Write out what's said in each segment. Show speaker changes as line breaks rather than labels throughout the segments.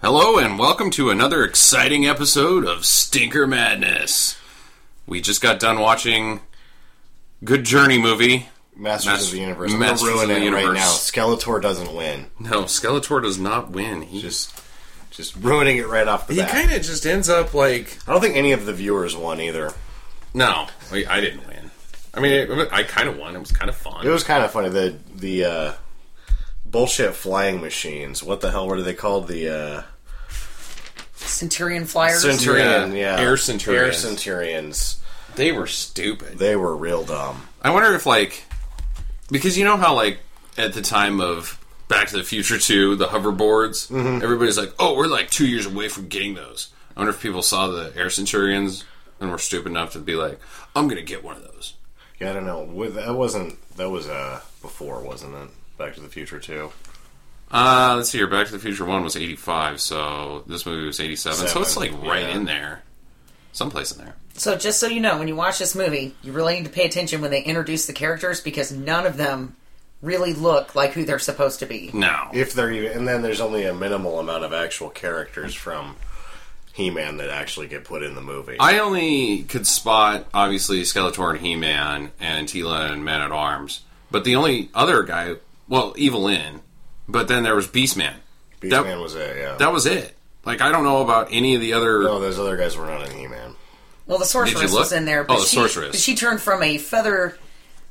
Hello, and welcome to another exciting episode of Stinker Madness. We just got done watching Good Journey movie.
Masters
Mas-
of the Universe. I'm gonna
Masters
ruin
of the
it right
Universe.
now. Skeletor doesn't win.
No, Skeletor does not win. He
Just, just ruining it right off the
he
bat.
kind of just ends up like
I don't think any of the viewers won either.
no, I I didn't win. I mean, it, I kind of won. It was kind of fun.
It was kind of funny. The the uh, bullshit flying machines. What the hell? What are they called? The uh,
Centurion Flyers.
Centurion.
Yeah.
Yeah.
Air Centurions.
Air Centurions.
they were stupid.
They were real dumb.
I wonder if like because you know how like at the time of Back to the Future 2, the hoverboards, everybody's like, "Oh, we're like 2 years away from getting those." I wonder if people saw the Air Centurions and were stupid enough to be like, "I'm going to get one of those."
Yeah, I don't know. Wa- That wasn't. That was uh before, wasn't it? Back to the Future too.
Uh, let's see here. Back to the Future 1 was 85, so this movie was 87. so it's like
Seven,
right
yeah.
in there. Someplace in there.
So just so you know, when you watch this movie, you really need to pay attention when they introduce the characters because none of them really look like who they're supposed to be.
No.
If they're even, and then there's only a minimal amount of actual characters from He-Man that actually get put in the movie.
I only could spot obviously Skeletor and He Man and Tila and Man at Arms, but the only other guy, well, Evil In, but then there was Beast Man.
Beast
that-
Man was it, yeah.
That was it. Like I don't know about any of the other.
no, those other guys were not in He-Man.
Well, the
Did
sorceress
you look?
was in there, but
Oh, the
she,
sorceress.
but she turned from a feather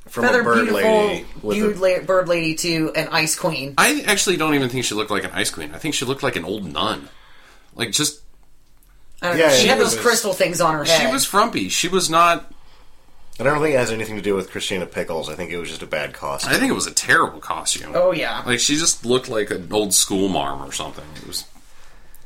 From
feather
a bird
beautiful
lady with
beaut-
a,
la- bird lady to an ice queen.
I actually don't even think she looked like an ice queen. I think she looked like an old nun. Like just
I don't
Yeah,
know. She
it
had those
was-
crystal things on her head.
she was frumpy. She was not.
I don't think it has anything to do with Christina Pickles. I think it was just a bad costume.
I think it was a terrible costume.
Oh yeah.
Like she just looked like an old school mom or something. It was.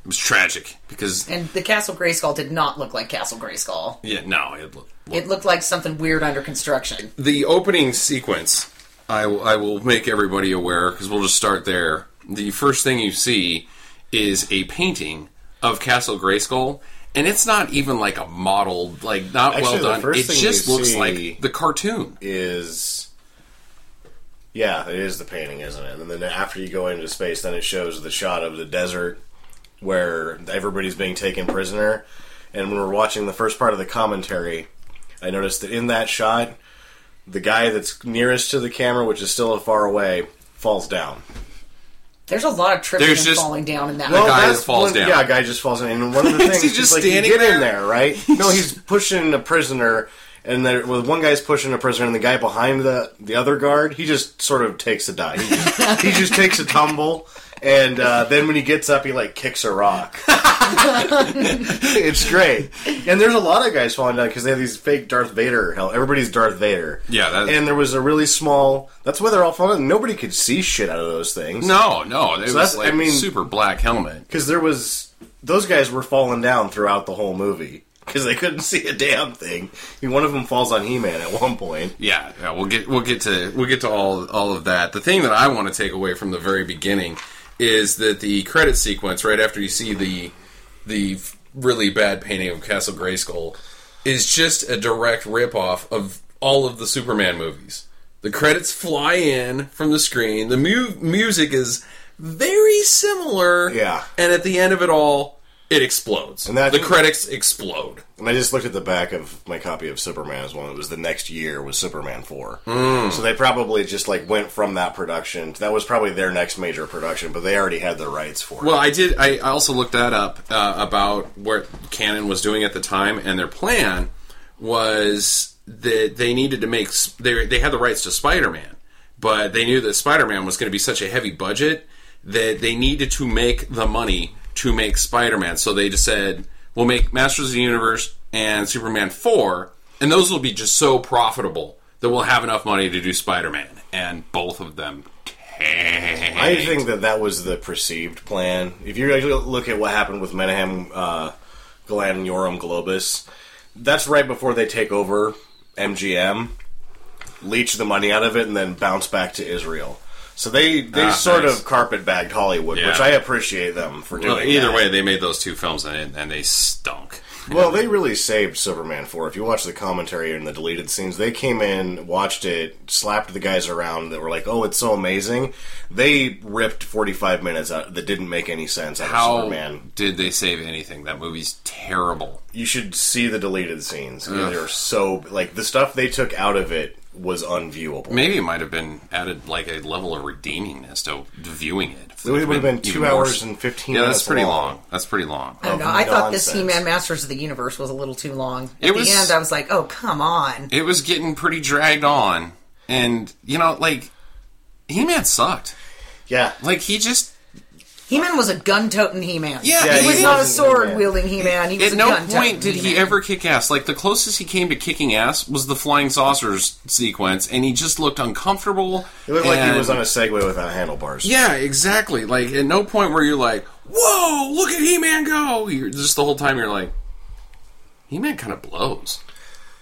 It was tragic because
and the Castle Grayskull did not look like Castle Grayskull.
yeah no it looked.
It looked like something weird under construction.
the opening sequence, I, w- I will make everybody aware because we'll just start there. The first thing you see is a painting of Castle Grayskull, and it's not even like a model, like not
Actually, the
well done.
first
It
thing
just
you
looks
see-
like the cartoon.
Is yeah, it is the painting, isn't it? And then after you go into space, then it shows the shot of the desert where everybody's being taken prisoner. And when we're watching the first part of the commentary, I noticed that in that shot, the guy that's nearest to the camera, which is still far away, falls down.
There's a lot of tripping
There's
and
just-
falling down in that.
Well,
movie.
guy that
that's
falls
one-
down.
Yeah, a guy just falls down. And one of the things
He's
is
just
like, you
standing
get in
there.
there, right? No, he's pushing a prisoner, and there, well, one guy's pushing a prisoner, and the guy behind the the other guard, he just sort of takes a dive. He just, he just takes a tumble, and uh, then when he gets up, he like kicks a rock. it's great, and there's a lot of guys falling down because they have these fake Darth Vader. Hell, everybody's Darth Vader.
Yeah, that-
and there was a really small. That's why they're all falling. down. Nobody could see shit out of those things.
No, no, it was
that's-
like
I mean-
super black helmet.
Because there was those guys were falling down throughout the whole movie because they couldn't see a damn thing. I mean, one of them falls on He-Man at one point.
Yeah, yeah, we'll get we'll get to we'll get to all all of that. The thing that I want to take away from the very beginning is that the credit sequence right after you see the the really bad painting of Castle Grayskull is just a direct ripoff of all of the Superman movies. The credits fly in from the screen. The mu- music is very similar.
Yeah.
and at the end of it all, it explodes.
that-
the credits explode.
And I just looked at the back of my copy of Superman as well. It was the next year was Superman four. So they probably just like went from that production. That was probably their next major production, but they already had the rights for it.
Well, I did. I I also looked that up uh, about what Canon was doing at the time, and their plan was that they needed to make. s- They they had the rights to Spider Man, but they knew that Spider Man was going to be such a heavy budget that they needed to make the money to make Spider Man. So they just said, "We'll make Masters of the Universe and Superman four, and those will be just so profitable that we'll have enough money to do Spider Man." And both of them. tanked.
I think that that was the perceived plan. If you actually look at what happened with Menahem, uh, Glenn, Yoram, Globus, that's right before they take over MGM, leech the money out of it, and then bounce back to Israel. So they, they
Ah,
sort
nice.
of carpet bagged Hollywood,
Yeah.
which I appreciate them for doing.
Well, either
that.
way, they made those two films and, and they stunk.
Well, they really saved Superman 4. If you watch the commentary and the deleted scenes, they came in, watched it, slapped the guys around that were like, "Oh, it's so amazing." They ripped 45 minutes out that didn't make any sense out
How
of Superman.
did they save anything? That movie's terrible.
You should see the deleted scenes. They're so like the stuff they took out of it was unviewable.
Maybe it might have been added like a level of redeemingness to viewing it.
It would have been
even
two
more
hours
s-
and fifteen.
Yeah,
minutes
that's pretty long. That's pretty long.
I don't know.
Of
I thought this
nonsense.
He-Man Masters of the Universe was a little too long. At
It was-
the end, I was like, "Oh, come on!"
It was getting pretty dragged on, and you know, like He Man sucked.
Yeah,
Like he just
He-Man was a gun-toting He-Man.
Yeah,
Yeah,
he
he
was not a
wasn't
sword-wielding He-Man. He was
at
a
no
gun-toting
point did he
He-Man.
ever kick ass. Like the closest he came to kicking ass was the flying saucers sequence, and he just looked uncomfortable.
it looked like
and-
he was on a Segway without handlebars.
Yeah, exactly. Like at no point were you like, "Whoa, look at He Man go!" You're just the whole time you're like, "He Man kind of blows."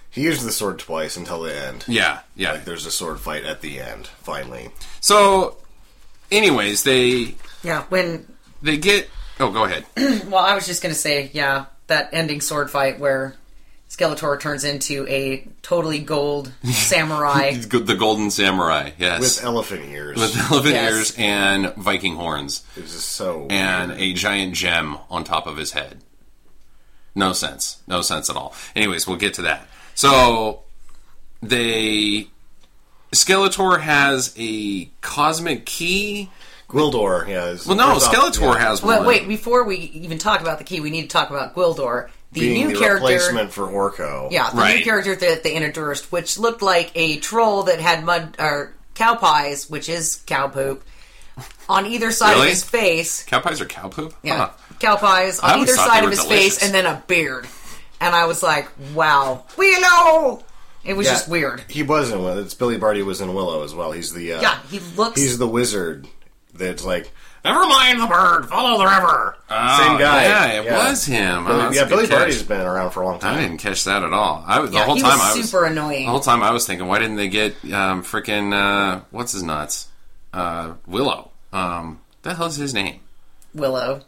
He used the sword twice until the end.
Yeah, yeah.
Like there's a sword fight at the end. Finally,
So, anyways, they
Yeah, when
they get. Oh, go ahead.
Well, I was just going to say, yeah, that ending sword fight where Skeletor turns into a totally gold samurai.
Go- the Golden Samurai.
with
Yes.
elephant ears,
With elephant
Yes.
ears and Viking horns
it was just so.
and a giant gem on top of his head. No sense. No sense at all. Anyways, we'll get to that. So they Skeletor has a cosmic key.
Gwildor, yeah. is-
Well, no,
is off-
Skeletor
yeah.
has one.
but wait, before we even talk about the key, we need to talk about Gwildor, the
being
new
the
character.
replacement for Orko.
Yeah, the new
Right.
character that they introduced, which looked like a troll that had mud or cow pies, which is cow poop, on either side of
Really?
his face.
Cow pies are cow poop.
Yeah,
Huh.
cow pies
I
on
always
either
thought they
side
were
of his
delicious.
face, and then a beard. And I was like, "Wow, Willow!" It was
Yeah.
just weird.
He was in Willow. It's Billy Barty was in Willow as well. He's the uh,
Yeah, he looks.
he's the wizard that's like
Never mind the bird. Follow the river. Oh,
Same guy.
Yeah, it
Yeah.
was him. Oh,
Billy-
that's a
yeah.
good
Billy
catch.
Barty's been around for a long
I
time.
didn't catch that at all. I was the
yeah,
whole
he
time.
was
I was
super
the
annoying.
whole time. I was thinking, why didn't they get um, freaking uh, what's his nuts? Uh, Willow. Um, the hell's his name?
Willow.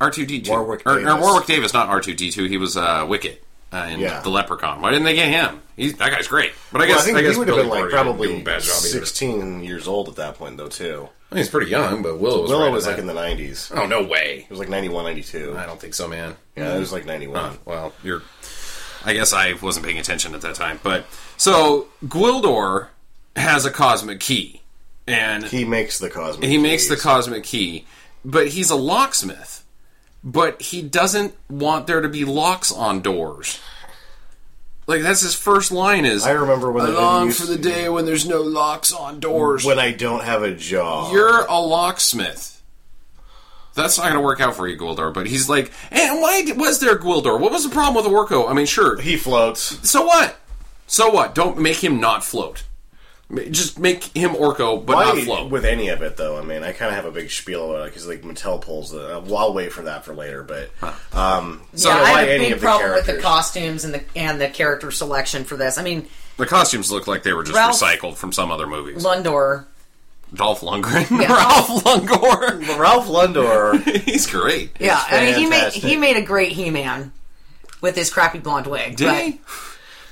R two D two.
Warwick
or,
Davis.
or Warwick Davis, not R two D two. He was uh, Wicket uh, in
Yeah.
the Leprechaun. Why didn't they get him? He's, that guy's great. But I guess
Well, I think
I guess
he would have
Billy
been like
Barty didn't do a
probably
bad job either.
sixteen years old at that point, though. Too
I mean, he's pretty young, but Willow was
Willow
right
was
at
like in
that.
the nineties. It
Oh no way!
was like 91, 92.
I don't think so, man.
Yeah, it was like ninety one.
Well, you're. I guess I wasn't paying attention at that time, but so Gwildor has a cosmic key, and he,
He makes the cosmic.
makes the
Keys.
cosmic key, but he's a locksmith, but he doesn't want there to be locks on doors. Like that's his first line is.
I remember when
I
they didn't
long
use
for the
to-
day when there's no locks on doors.
when I don't have a job.
You're a locksmith. That's not going to work out for you, Gwildor. But he's like, and why d- was there Gwildor? What was the problem with Orko? I mean, sure.
he floats.
So what? So what? Don't make him not float. Ma- Just make him Orko, but not
Why
float.
with any of it though? I mean, I kind of have a big spiel about it because like Mattel pulls the. Well, I'll wait for that for later, but um, so
yeah, I
why
had a
any
big
of the
problem with the
characters?
costumes and the and the character selection for this. I mean,
the costumes look like they were just
Ralph-
recycled from some other movies.
Lundor.
Dolph Lundgren, Ralph Lundgren.
Ralph Lundor.
he's great.
Yeah, I mean, he made
fantastic.
he made a great He-Man with his crappy blonde wig.
Did
but,
he?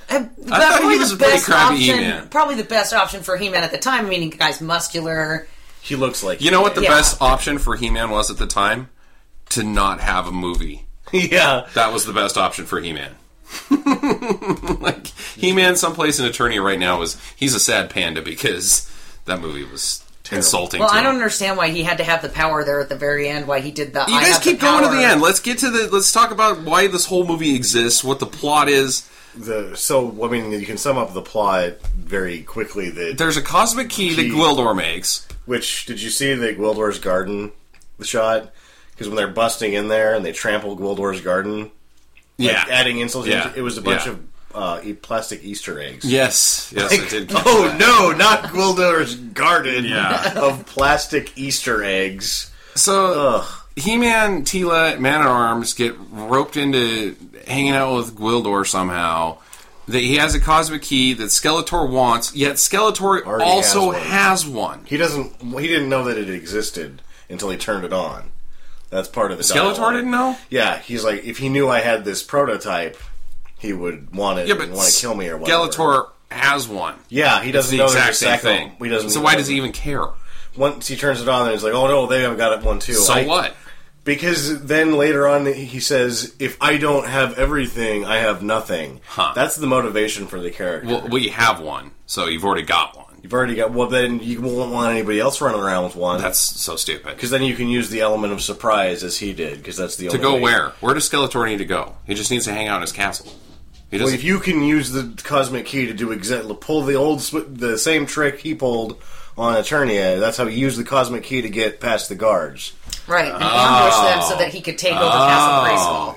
Uh, but
thought he
probably
was
the
a pretty
best
crappy
option,
He-Man.
probably the best option for He-Man at the time. I mean, the guy's muscular.
he looks like
You know what the
Yeah.
best option for He-Man was at the time? To not have a movie.
yeah.
That was the best option for He-Man. like He-Man, someplace in Attorney right now is he's a sad panda because that movie was insulting.
Well,
to
I
him.
don't understand why he had to have the power there at the very end. Why he did the
You
I
guys
have the
keep going to the
power.
end. Let's get to the. Let's talk about why this whole movie exists, what the plot is.
The so I mean, you can sum up the plot very quickly. That
There's a cosmic key that
Key.
Gwildor makes.
which did you see the Gwildor's garden? The shot because when they're busting in there and they trample Gwildor's garden,
Yeah.
like, adding insults.
Yeah.
It was a bunch
Yeah.
of uh, e- plastic Easter eggs.
yes. Yes, I did. catch
Oh
that.
no, not Gwildor's garden
Yeah.
of plastic Easter eggs.
So
Ugh.
He-Man, Tila, Man at Arms get roped into hanging out with Gwildor somehow. That he has a cosmic key that Skeletor wants, yet Skeletor
Already
also
has
has
one.
one.
He doesn't. He didn't know that it existed until he turned it on. That's part of the
Skeletor
dialogue.
didn't know.
Yeah, he's like, if he knew I had this prototype, he would want it.
Yeah, but
want to kill me or whatever.
Skeletor has one.
Yeah, he
It's
doesn't
the
know
exact
there's a
same
second.
thing.
one. He doesn't.
so why does he even care?
Once he turns it on, then he's like, oh no, they have got it one too.
So
I-
what?
Because then later on, he says, if I don't have everything, I have nothing.
Huh.
That's the motivation for the character.
Well, well, you have one, so you've already got one.
You've already got. Well, then you won't want anybody else running around with one.
That's so stupid.
because then you can use the element of surprise as he did. Because that's the
To
only
go
way-
where? Where does Skeletor need to go? He just needs to hang out in his castle. He
Well,
doesn't.
if you can use the cosmic key to do exactly pull the old sw- the same trick he pulled on Eternia, that's how he used the cosmic key to get past the guards.
Right, and ambush them so that he could take over
Oh.
Castle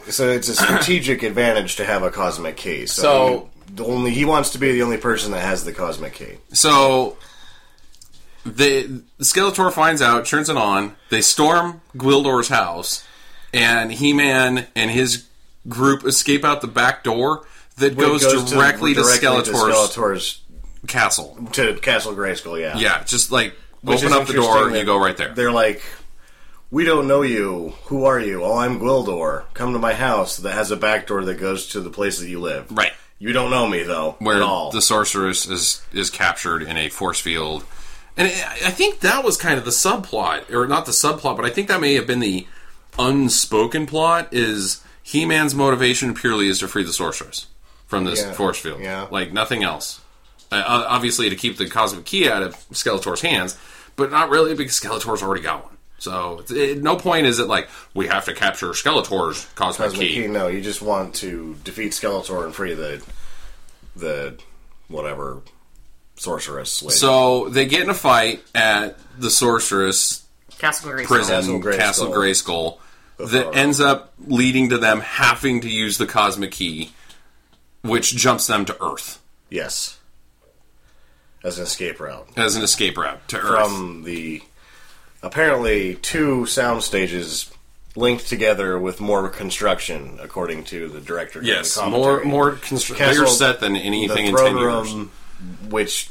Grayskull.
So it's a strategic advantage to have a cosmic key. So,
So-
the only he wants to be the only person that has the cosmic key.
So the Skeletor finds out, turns it on. They storm Gwildor's house, and He-Man and his group escape out the back door that goes, directly, to, Skeletor's
Skeletor's
castle.
to Castle Grayskull. Yeah,
Yeah, just like
Which
open
is
up the door
interesting
and you
that
go right there.
They're like, we don't know you. Who are you? Oh, I'm Gwildor. Come to my house that has a back door that goes to the place that you live.
Right.
You don't know me though
where
at all.
the sorceress is is captured in a force field, and I I think that was kind of the subplot, or not the subplot, but I think that may have been the unspoken plot. Is He Man's motivation purely is to free the sorceress from this
Yeah.
force field,
Yeah.
like nothing else. Uh, o- obviously, to keep the cosmic key out of Skeletor's hands, but not really because Skeletor's already got one. So, it's- it, no point is it like we have to capture Skeletor's cosmic,
Cosmic
key.
Key, no, you just want to defeat Skeletor and free the the whatever sorceress lady.
So they get in a fight at the sorceress
Castle Grayskull.
prison,
Castle
Castle
Grayskull.
Grayskull, that
horror.
ends up leading to them having to use the cosmic key, which jumps them to Earth
yes, as an escape route
as an escape route to Earth.
from the apparently two sound stages linked together with more construction, according to the director. giving
yes, more
commentary.
more constru-
Castle-
bigger set than anything
the
in
throne
ten years.
room, which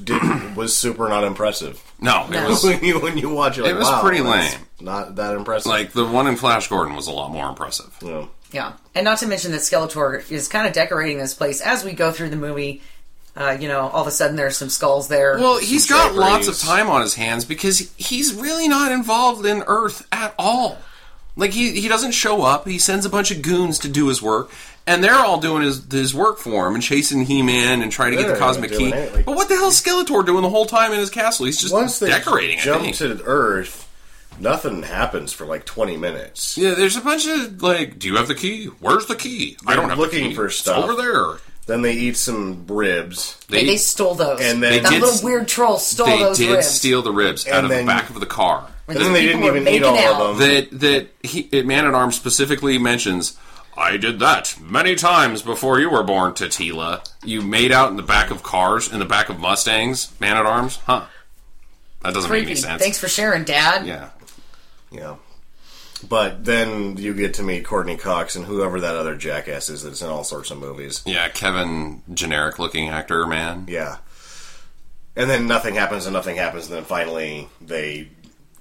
did was super not impressive.
No,
No.
it was
when you when you watch it, like,
It was
wow,
pretty
that's
lame.
Not that impressive.
like the one in Flash Gordon was a lot more impressive.
No.
Yeah, and not to mention that Skeletor is kind of decorating this place as we go through the movie. Uh, you know, all of a sudden there's some skulls there.
Well, he's got
draperies.
lots of time on his hands because he's really not involved in Earth at all. Like he, he doesn't show up. He sends a bunch of goons to do his work, and they're all doing his his work for him and chasing He Man and trying to get
They're
the cosmic
doing
key.
it, like-
but what the hell's Skeletor doing the whole time in his castle? He's just
once they
decorating. I
jump
think.
to Earth, nothing happens for like twenty minutes.
yeah, there's a bunch of like, do you have the key? Where's the key? I don't have the
looking
key.
for
It's
stuff.
over there.
Then they eat some ribs,
they, they stole those.
and then- They
that
did-
little weird troll stole
They
those
did
ribs.
steal the ribs out of
then-
the back of the car.
and then they
People
didn't
were
even eat
making
all
out.
of them.
that that he, it- man at arms specifically mentions i did that many times before you were born tatila you made out in the back of cars in the back of mustangs man at arms huh that doesn't make
Creepy.
any sense
Thanks for sharing, Dad.
yeah
yeah. But then you get to meet Courtney Cox and whoever that other jackass is that's in all sorts of movies.
yeah kevin generic looking actor man
Yeah. And then nothing happens and nothing happens, and then finally they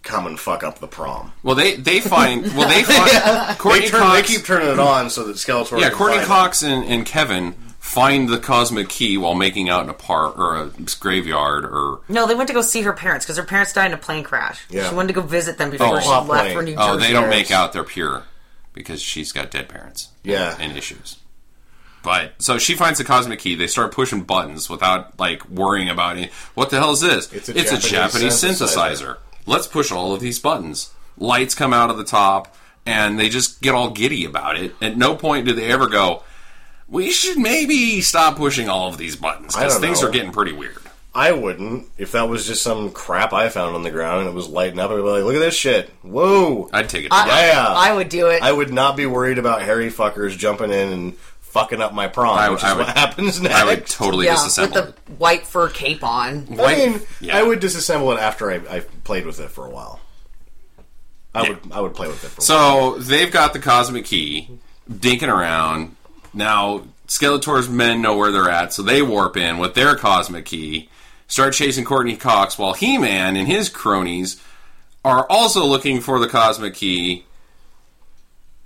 come and fuck up the prom.
well they they find well they find courtney
They, turn, they
cox
keep turning it on so that Skeletor.
yeah
can
courtney
find
cox and, and kevin find the cosmic key while making out in a park or a graveyard or
No, they went to go see her parents because her parents died in a plane crash.
Yeah.
She wanted to go visit them before
Oh.
she
Oh,
left
plane.
for New Jersey.
Oh, they don't
parents.
make out. They're pure because she's got dead parents.
Yeah.
and issues. But so she finds the cosmic key. They start pushing buttons without like worrying about it. What the hell is this?
It's a Japanese
Japanese
synthesizer.
synthesizer. Let's push all of these buttons. Lights come out of the top, and they just get all giddy about it. At no point do they ever go. We should maybe stop pushing all of these buttons
I
because
don't
things
know.
are getting pretty weird.
I wouldn't if that was just some crap I found on the ground and it was lighting up. I'd be like, "Look at this shit! Whoa!"
I'd take it.
yeah,
I would do it.
I would not be worried about hairy fuckers jumping in and fucking up my prom,
I would-
which
I
is
would-
what happens next.
I would totally
yeah,
disassemble
with the
it.
white fur cape on.
I mean,
Yeah.
I would disassemble it after I, I played with it for a while. I would, I would play with it for a
So they've got the cosmic key, dinking around. Now Skeletor's men know where they're at, so they warp in with their cosmic key, start chasing Courtney Cox, while He Man and his cronies are also looking for the cosmic key.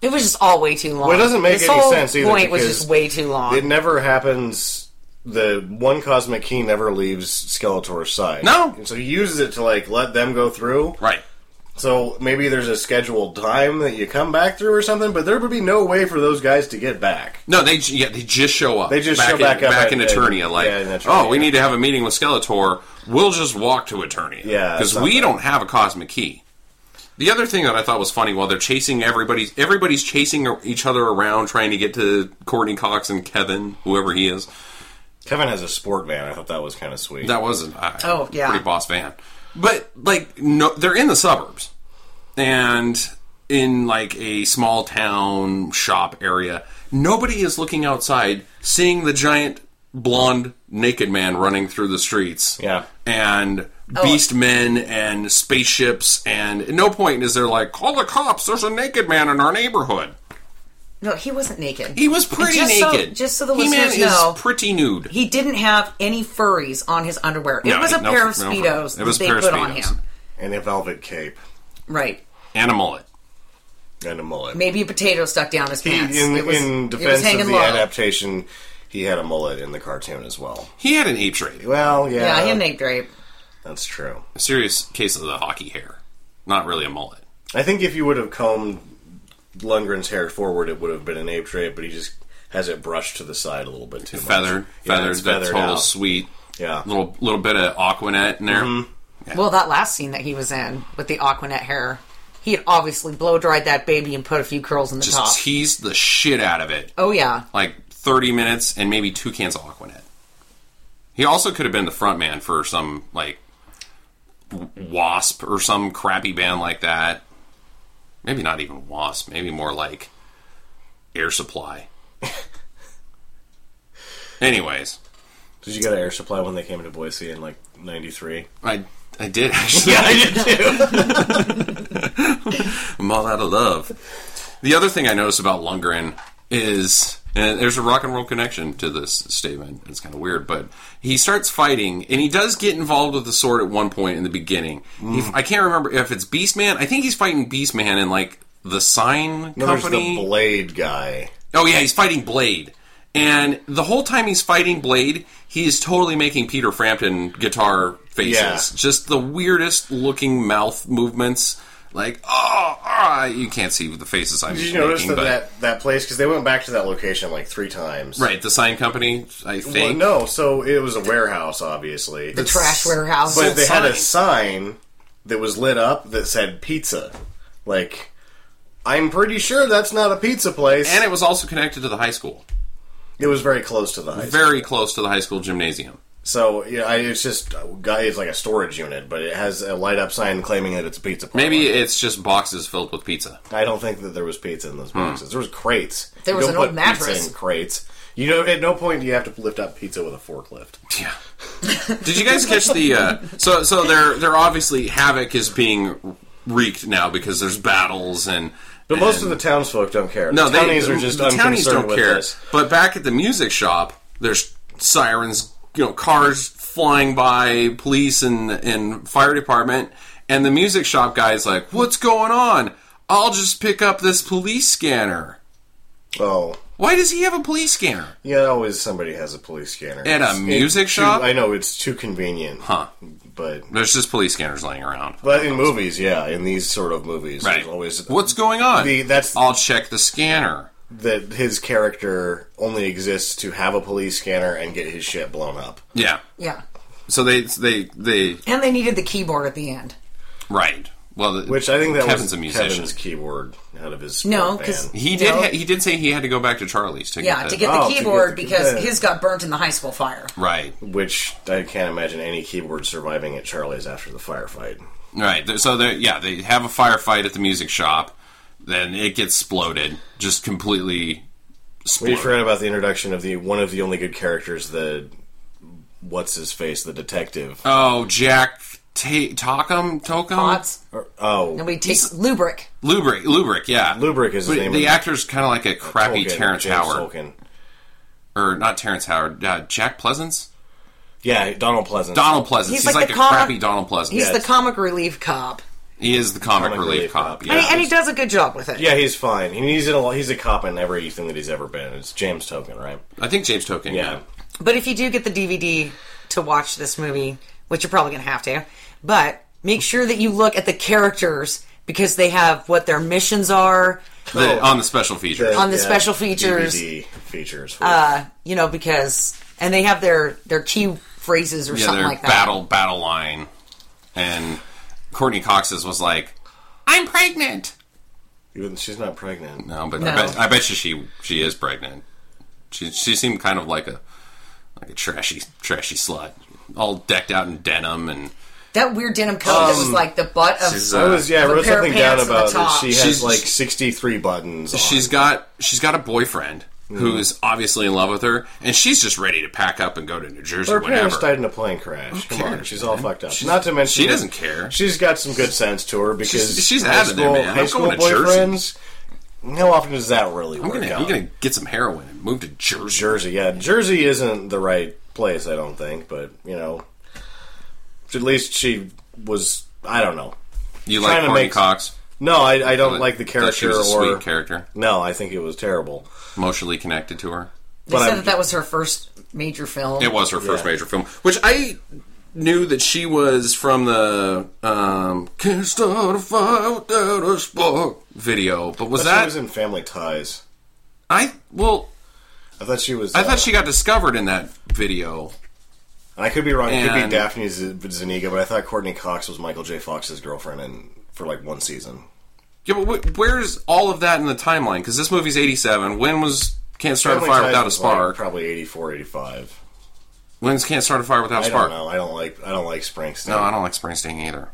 It was just all way too long.
Well, it doesn't make
this
any
whole
sense either
Point was
because
just way too long.
It never happens. The one cosmic key never leaves Skeletor's side.
No.
and so he uses it to like let them go through.
Right.
So maybe there's a scheduled time that you come back through or something, but there would be no way for those guys to get back.
No, they j- yeah they just show up.
They just show
in,
back up
back
at-
in
at-
Eternia. Like,
yeah, in Eternia.
oh, we need to have a meeting with Skeletor. We'll just walk to Eternia.
Yeah,
because we
something.
don't have a cosmic key. The other thing that I thought was funny while they're chasing everybody's everybody's chasing each other around trying to get to Courtney Cox and Kevin, whoever he is.
Kevin has a sport van. I thought that was kind of sweet.
That was an uh,
Oh, yeah.
pretty boss van. But like no they're in the suburbs. And in like a small town shop area, nobody is looking outside seeing the giant blonde naked man running through the streets.
Yeah.
And
Oh.
beast men and spaceships and at no point is there like call the cops there's a naked man in our neighborhood.
No, he wasn't naked.
He was pretty
Just so-
naked.
just so the
He-Man
listeners know-
is pretty nude.
He didn't have any furries on his underwear. It
Yeah,
was a
no-
pair of
no
speedos
furries. It was a
that they
pair of
put on
Speedos.
him.
and a velvet cape
Right.
and a mullet.
and a mullet.
Maybe a potato stuck down his
He-
pants.
in,
it was,
in
it was
defense
hanging
of the
low.
adaptation, he had a mullet in the cartoon as well.
He had an ape trade.
Well, yeah,
Yeah, he and Nate Drape.
that's true.
serious case of the hockey hair, not really a mullet.
I think if you would have combed Lundgren's hair forward, it would have been an ape drape, but he just has it brushed to the side a little bit too much.
Feathered,
Yeah,
feathered,
it's
that total
out.
sweet.
Yeah. Mm-hmm.
little little bit of Aquanet in there.
Well, that last scene that he was in with the Aquanet hair, he had obviously blow dried that baby and put a few curls in the top.
Just teased the shit out of it.
oh yeah,
Like thirty minutes and maybe two cans of Aquanet. He also could have been the front man for some like w- Wasp or some crappy band like that. Maybe not even Wasp. Maybe more like Air Supply. Anyways,
Did you get an air supply when they came to Boise in like '93?
I I did actually. I'm all out of love. The other thing I noticed about Lundgren is, and there's a rock and roll connection to this statement. It's kind of weird, but he starts fighting, and he does get involved with the sword at one point in the beginning.
Mm.
He, I can't remember if it's Beastman. I think he's fighting Beastman in like the sign
No, there's the
company.
blade guy.
oh yeah, he's fighting Blade, and the whole time he's fighting Blade, he is totally making Peter Frampton guitar faces,
Yeah.
just the weirdest looking mouth movements. Like, oh, ah, you can't see the faces I'm
Did you
making,
notice that,
but
that that place? Because they went back to that location like three times.
Right, the sign company, I
Well,
think.
no, so it was a warehouse, obviously.
the trash warehouse.
but they had a
sign.
sign that was lit up that said pizza. Like, I'm pretty sure that's not a pizza place.
And it was also connected to the high school.
it was very close to the high school.
Very close to the high school gymnasium.
So yeah, I, it's just guy. It's like a storage unit, but it has a light up sign claiming that it's a pizza. Parlor.
Maybe it's just boxes filled with pizza.
I don't think that there was pizza in those
Hmm.
boxes. There was crates.
There
You
was
don't
an old
put pizza
mattress.
in crates. You know, at no point do you have to lift up pizza with a forklift.
Yeah. Did you guys catch the? Uh, so so they're they're obviously havoc is being wreaked now because there's battles and.
But most of the townsfolk don't care.
no,
the
they,
townies are just
the townies
unconcerned
don't
with
care.
this.
But back at the music shop, there's sirens, you know, cars flying by, police and and fire department, and the music shop guy's like, "What's going on? I'll just pick up this police scanner."
Oh,
Why does he have a police scanner?
yeah, always somebody has a police scanner
At a
It's-
music
it's too-
shop?
I know it's too convenient. Huh? But
There's just police scanners laying around.
but in movies, yeah, in these sort of movies, there's always
What's going on?
the that's
I'll check the scanner.
that his character only exists to have a police scanner and get his shit blown up.
Yeah.
yeah,
So they they they
and they needed the keyboard at the end.
right. Well, the-
Which I think that
Kevin's
was
a musician.
Kevin's keyboard out of his
No,
band.
'cause-
he did
No.
ha- he did say he had to go back to Charlie's to
Yeah,
get
to
the-
get
Oh,
the
to get
keyboard
the-
because
yeah.
his got burnt in the high school fire.
right
which I can't imagine any keyboard surviving at Charlie's after the firefight.
right. There- So they yeah they have a firefight at the music shop. Then it gets exploded, just completely.
We
Exploded.
forgot about the introduction of the one of the only good characters, the what's his face, the detective.
Oh, Jack Ta- Tokum Tokum
Pots.
Or- oh,
And we take Lubric.
Lubric Lubric yeah
Lubric is his
But
name.
The
in-
actor's kind of like a crappy
Tolkien,
Terrence
James
Howard
Tolkien.
or not Terrence Howard uh, Jack Pleasance
Yeah, Donald Pleasance.
Donald Pleasance. He's,
like
like,
the
a
comic-
crappy Donald Pleasance.
He's
Yeah,
the
it's-
comic relief cop.
He is the comic,
Comic
relief,
relief
cop.
cop,
Yeah.
And, he, and he does a good job with it.
Yeah, he's fine. He, he's in a, he's a cop in everything that he's ever been. It's James Token, right?
I think James Token.
Yeah.
But if you do get the DVD to watch this movie, which you're probably going to have to, but make sure that you look at the characters because they have what their missions are Oh.
The- on the special feature.
on the special features.
DVD features.
uh,
You know, because and they have their their key phrases or
yeah,
something
their
like that.
battle battle line, and Courtney Cox's was like, "I'm pregnant."
Even she's not pregnant.
No, but
No.
I, bet, I bet you she she is pregnant. She she seemed kind of like a like a trashy trashy slut, all decked out in denim and
That weird denim coat that was like the butt of.
Um, she's,
I was yeah. I
With
wrote
a pair of
something down
pants on the
about that.
top.
She has
Uh, She's-
like sixty three buttons. On.
she's got she's got a boyfriend who's obviously in love with her, and she's just ready to pack up and go to New Jersey
her parents
whenever.
died in a plane crash. Come on,
cares,
she's all fucked up. Not to mention
she doesn't care.
She's got some good sense to her because
She's- she's
high
out of there,
school,
man. I'm
High school
going to Jersey.
boyfriends. How often does that really
I'm
work
gonna
out?
I'm gonna get some heroin and move to Jersey.
Jersey, yeah, Jersey isn't the right place, I don't think. But you know, at least she was. I don't know.
You
Trying
like
to
Courtney
make-
Cox?
No, I, I don't like the
Thought she
character
was a
or
sweet character,
no. I think it was terrible.
emotionally connected to her.
They
but
said
I'm-
that that was her first major film.
It was her first
Yeah.
major film, which I knew that she was from the um, "Can't Start a Fire Without a Spark" video. But was
I thought she
that
was in Family Ties.
I? Well,
I thought she was.
I
uh,
thought she got discovered in that video.
And I could be wrong. It could be
And-
Daphne Z- Zuniga, but I thought Courtney Cox was Michael J. Fox's girlfriend, and for like one season.
Yeah, but wh- where's all of that in the timeline? Because this movie's '87. When was "Can't Start a
Family
Fire
Ties
Without a
was, like,
Spark"?
probably 84, 85.
When's "Can't Start a Fire Without a
I
Spark"?
don't know. I don't like. I don't like Springsteen.
No, I don't like Springsteen either.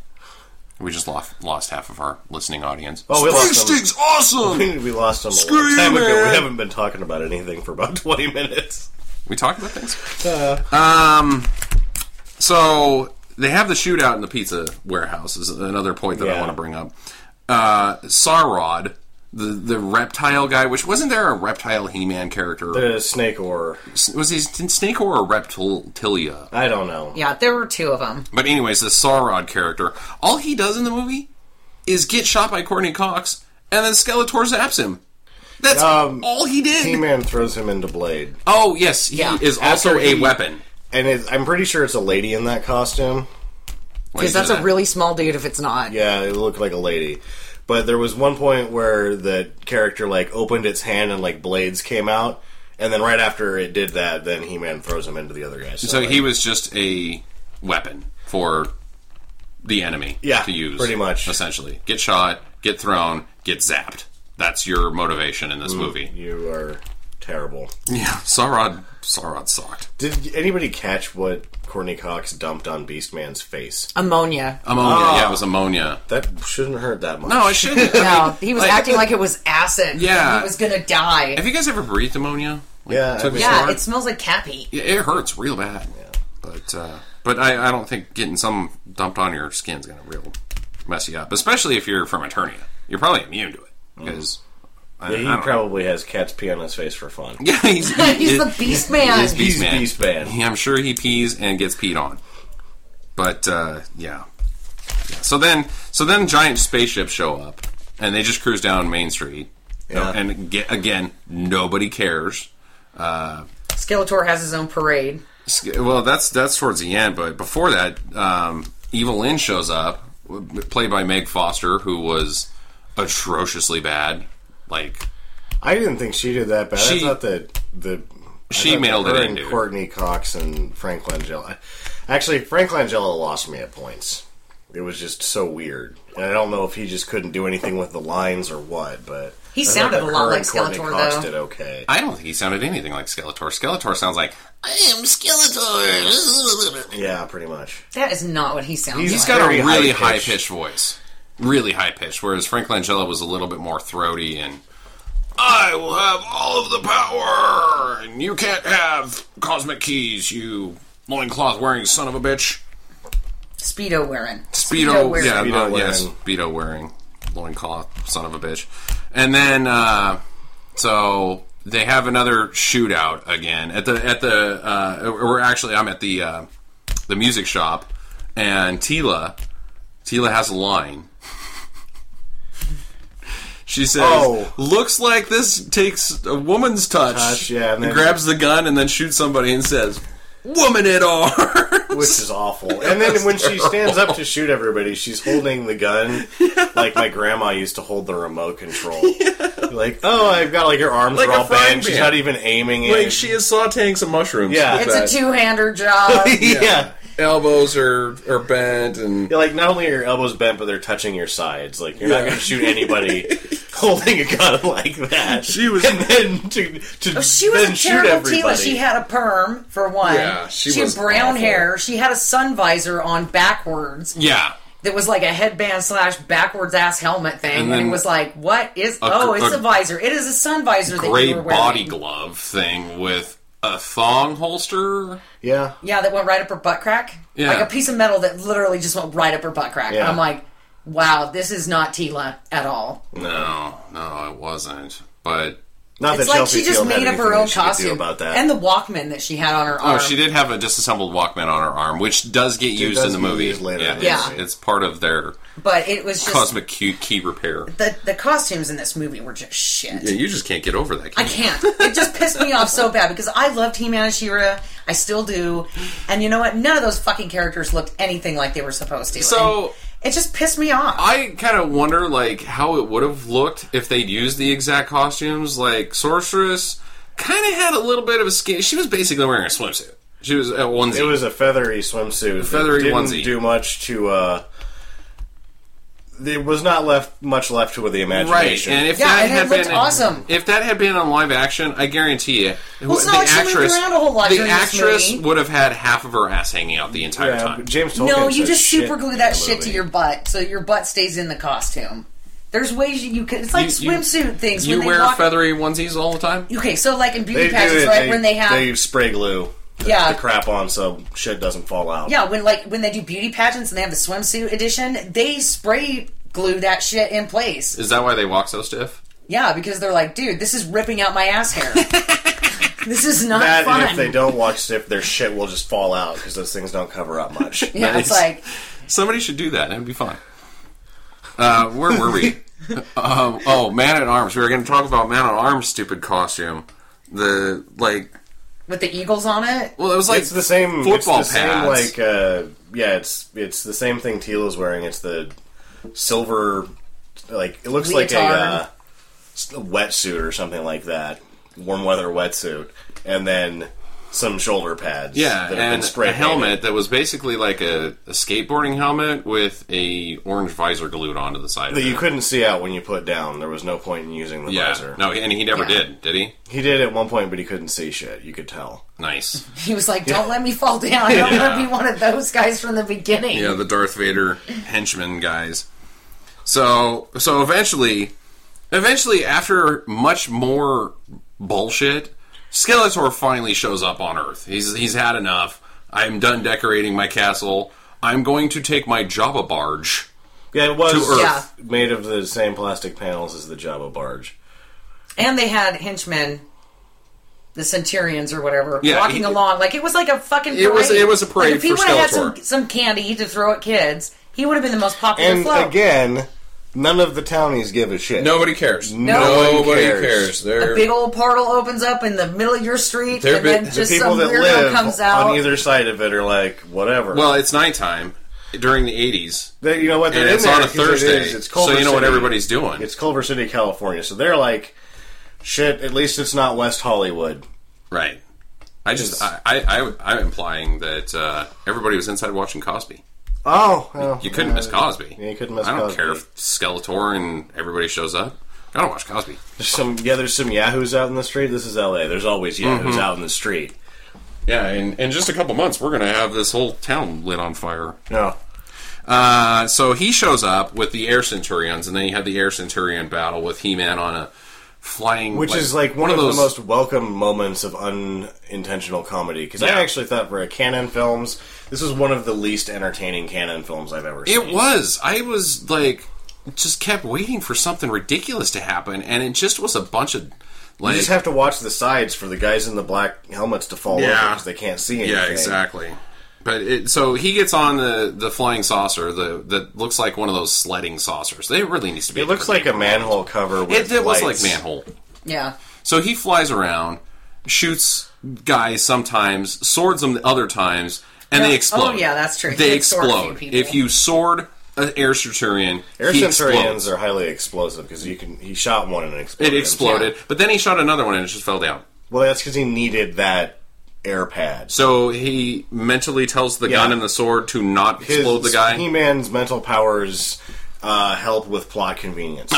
We just lost, lost half of our listening audience.
Oh, we lost them.
Springsteen's awesome.
we lost him a
Screw
long
you,
time ago.
man.
We haven't been talking about anything for about 20 minutes.
We talked about things. Um, so they have the shootout in the pizza warehouse. Is another point that I
Yeah.
want to bring up. Uh, Sarod, the the reptile guy, which wasn't there a reptile He Man character?
The snake or
was he s- snake or a reptilia?
I don't know.
Yeah, there were two of them.
But anyways, the Sarod character, all he does in the movie is get shot by Courtney Cox, and then Skeletor zaps him. That's
Um,
all he did.
He-Man throws him into Blade,
oh yes, he
Yeah.
is also
After
a
he-
weapon.
and it, I'm pretty sure it's a lady in that costume.
Why
Because
did you
that's
do
a
that?
really small dude if it's not.
Yeah, it looked like a lady. But there was one point where the character like opened its hand and like blades came out, and then right after it did that, then He Man throws him into the other guy.
So
like,
he was just a weapon for the enemy
Yeah,
to use.
pretty much.
Essentially. Get shot, get thrown, get zapped. That's your motivation in this
Mm.
movie.
you are terrible.
Yeah. Sarod Sarod sucked.
Did anybody catch what Courtney Cox dumped on Beastman's face?
Ammonia.
Ammonia,
Ah.
yeah, it was ammonia.
That shouldn't hurt that much.
No, it shouldn't. I mean,
No, he was
Like-
acting like it was.
was acid.
Yeah.
He was going to die.
have you guys ever breathed ammonia? Like,
Yeah,
took
I
a
mean-
Yeah,
snort?
it smells like cat pee.
Yeah, it hurts real bad. But uh, but I, I don't think getting some dumped on your skin's gonna real mess you up. Especially if you're from Eternia. You're probably immune to it.
Mm.
Because
Yeah, he probably has cat's pee on his face for fun.
yeah, he's,
He's the beast man.
He's
He's
Beast Man.
Beastman.
He- I'm sure he pees and gets peed on. But uh, yeah. Yeah, So then, so then, giant spaceships show up, and they just cruise down Main Street.
Yeah.
And ge- again, nobody cares.
Skeletor has his own parade.
Sk- Well, that's that's towards the end, but before that, um, Evil Lynn shows up, w- played by Meg Foster, who was atrociously bad. Like
I didn't think she did that bad.
She-
I thought that the I
She
thought that
mailed
her
it in,
and
dude.
Courtney Cox and Frank Langella. Actually, Frank Langella lost me at points. It was just so weird, and I don't know if he just couldn't do anything with the lines or what. But
He
I thought
sounded
that
a lot
her
like
and Courtney
Skeletor,
Cox
though.
did okay.
I don't think he sounded anything like Skeletor. Skeletor sounds like
yeah, pretty much.
That is not what he sounds
He's
He's
like.
got
Very
a really
high-pitched.
high pitched voice, really high pitched. Whereas Frank Langella was a little bit more throaty and I will have all of the power, and you can't have cosmic keys, you loincloth wearing son of a bitch.
Speedo wearing.
Speedo,
wearing.
yeah,
Speedo
uh, yes,
wearing.
Speedo wearing loincloth, son of a bitch. And then, uh, so they have another shootout again at the at the uh, or actually I'm at the uh, the music shop, and Tila, Tila has a line She says,
Oh.
"Looks like this takes a woman's touch."
Touch, yeah,
and,
and then-
grabs the gun and then shoots somebody and says, "Woman at arms."
which is awful. And then when she stands up to shoot everybody, she's holding the gun like my grandma used to hold the remote control. Like, oh, I've got like her arms
Like
are
a
all
frying
bent. She's
pan.
not even aiming it.
like she is sautéing some mushrooms.
Yeah.
with
It's
that.
a two-hander job.
yeah.
Elbows are are bent and
Yeah, Like not only are your elbows bent, but they're touching your sides. Like you're not going to shoot anybody holding a gun like that.
She was-
and then to, to
Oh, She was
then
a
shoot
terrible Tila.
everybody.
She had a perm for one.
Yeah, she
had
was
brown
awful.
hair. She had a sun visor on backwards
yeah.
that was like a headband slash backwards ass helmet thing,
And
and,
then
it was like, what is? oh,
gr-
it's
a
a, visor. It is a sun visor that
Gray
you were wearing.
body glove thing with a thong holster.
yeah,
Yeah, that went right up her butt crack.
Yeah.
like a piece of metal that literally just went right up her butt crack.
Yeah.
I'm like, wow, this is not Tila at all.
No, no, it wasn't. But
not
It's
that
like
Chelsea
she just
Field had
made up her
anything
own
she could do
costume
about that.
and the Walkman that she had on her
oh,
arm.
she did have a disassembled Walkman on her arm, which does get used
does
in the
get
movie.
used later
yeah,
in
the
it's-
movie.
it's part of their
but it was just
cosmic key, key repair.
the the costumes in this movie were just shit.
Yeah, you just can't get over that.
I
Can you?
can't. It just pissed me off so bad because I loved He Man and She Ra. I still do. And you know what? None of those fucking characters looked anything like they were supposed to.
So-
And it just pissed me off.
I kind of wonder like how it would have looked if they'd used the exact costumes. Like sorceress, kind of had a little bit of a skin. She was basically wearing a swimsuit. She was a onesie.
It was a feathery swimsuit.
feathery
that didn't
onesie.
do much to. uh There was not left much left to the
Right,
imagination.
and if
Yeah,
that
and it
had
looked
been
awesome.
if that had been on live action, I guarantee you,
it's not like she moved around a whole lot
the
during this
actress
movie.
would have had half of her ass hanging out the entire
yeah,
time.
James Tolkien.
no, you
said
just
Oh, shit
super glue
in
that
the
shit to
movie.
your butt so your butt stays in the costume. There's ways you can. It's like
You- you-
swimsuit things.
You
when
wear
they walk,
feathery onesies all the time.
Okay, so like in beauty
They do
pageants,
it.
right?
They,
when they have
they spray glue. The,
Yeah.
the crap on so shit doesn't fall out.
Yeah, when like when they do beauty pageants and they have the swimsuit edition, they spray glue that shit in place.
Is that why they walk so stiff?
Yeah, because they're like, dude, this is ripping out my ass hair. this is not
That
fun.
and if they don't watch stiff, their shit will just fall out because those things don't cover up much.
yeah, it's like
Somebody should do that. It'd be fun. Uh, where were we? um, oh, man at arms. We were going to talk about man at arms' stupid costume. The like,
with the eagles on it.
well, it was like
it's the same
football
it's the same,
pads.
like uh, yeah, it's it's the same thing Tila's wearing. It's the silver, like it looks like
Leotard.
a, uh, s- a wetsuit or something like that, warm weather wetsuit, and then some shoulder pads.
yeah,
that have
and
been spray
a helmet that was basically like a, a skateboarding helmet with a orange visor glued onto the side.
painted
of
that
it.
you couldn't see out when you put down. There was no point in using the
Yeah.
visor.
No, and he never
Yeah.
did, did he?
He did at one point, but he couldn't see shit. You could tell.
Nice.
He was like, "Don't let me fall down. I don't want to be one of those guys from the beginning."
yeah, the Darth Vader henchmen guys. So, so eventually, eventually, after much more bullshit, Skeletor finally shows up on Earth. He's he's had enough. I'm done decorating my castle. I'm going to take my Jabba barge.
Yeah, it was
To Earth.
Yeah.
made of the same plastic panels as the Java barge.
And they had henchmen, the centurions or whatever,
Yeah,
walking
he-
along like it was like a fucking. Parade.
It was- it was a parade
Like, if he
for
would have had some,
Skeletor.
some candy to throw at kids, he would have been the most popular
And
float.
again, none of the townies give a shit.
Nobody cares.
No one
Nobody
cares.
cares. They're,
a big old portal opens up in the middle of your street,
There
and
be-
then
the
just
people
some
that
weirdo
live
comes out.
on either side of it are like whatever.
well, it's nighttime during the 80s,
They- you know what? They're
and
in
it's
there
on a
'cause it
Thursday,
is- it's
so
Culver
you know what
City.
everybody's doing.
It's Culver City, California. So they're like, shit. At least it's not West Hollywood.
Right. I just I, I I am implying that uh, everybody was inside watching Cosby.
Oh,
You couldn't miss Cosby.
yeah, you couldn't miss
I don't
Cosby.
care if Skeletor and everybody shows up. Gotta watch Cosby.
There's some yeah. There's some yahoos out in the street. This is L.A. There's always yahoos
Mm-hmm.
out in the street.
Yeah, and in just a couple months, we're gonna have this whole town lit on fire.
No,
Uh, so he shows up with the Air Centurions, and then you have the Air Centurion battle with He Man on a flying,
Which is like one, of,
those
the most welcome moments of unintentional comedy because
Yeah.
I actually thought for a canon films, this was one of the least entertaining canon films I've ever seen.
It was. I was like, just kept waiting for something ridiculous to happen, and it just was a bunch of like
You just have to watch the sides for the guys in the black helmets to fall over
Yeah.
because they can't see anything.
Yeah, exactly. But it, so he gets on the, the flying saucer, the that looks like one of those sledding saucers. They really needs to be.
It looks like a manhole cover. With
it, it was like
lights.
manhole.
Yeah.
So he flies around, shoots guys sometimes, swords them other times, and
Yeah.
they explode.
Oh, yeah, that's true. He
They
did sword a few
explode.
people.
If you sword an air centurion,
Air
he
Centurions
explodes.
are highly explosive because you can. He shot one and it
It
exploded.
exploded, but then he shot another one and it just fell down.
Well, that's because he needed that air pad.
So he mentally tells the
Yeah.
gun and the sword to not explode the guy.
He Man's mental powers uh, help with plot convenience.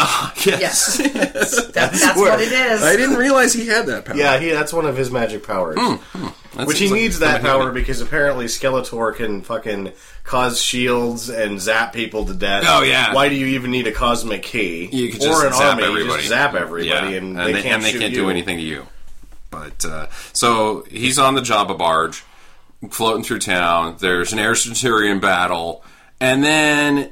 yes.
That, that's what it is.
I didn't realize he had that power.
yeah, he, that's one of his magic powers.
Hmm, That
Which he
seems like
needs that
something
power
would-
because apparently Skeletor can fucking cause shields and zap people to death.
Oh, yeah.
Why do you even need a cosmic key
You could just zap
You
everybody.
just zap everybody, and, they can't shoot
can't
you.
do anything to you. But uh, so he's on the Jabba barge, floating through town. There's an air centurion battle, and then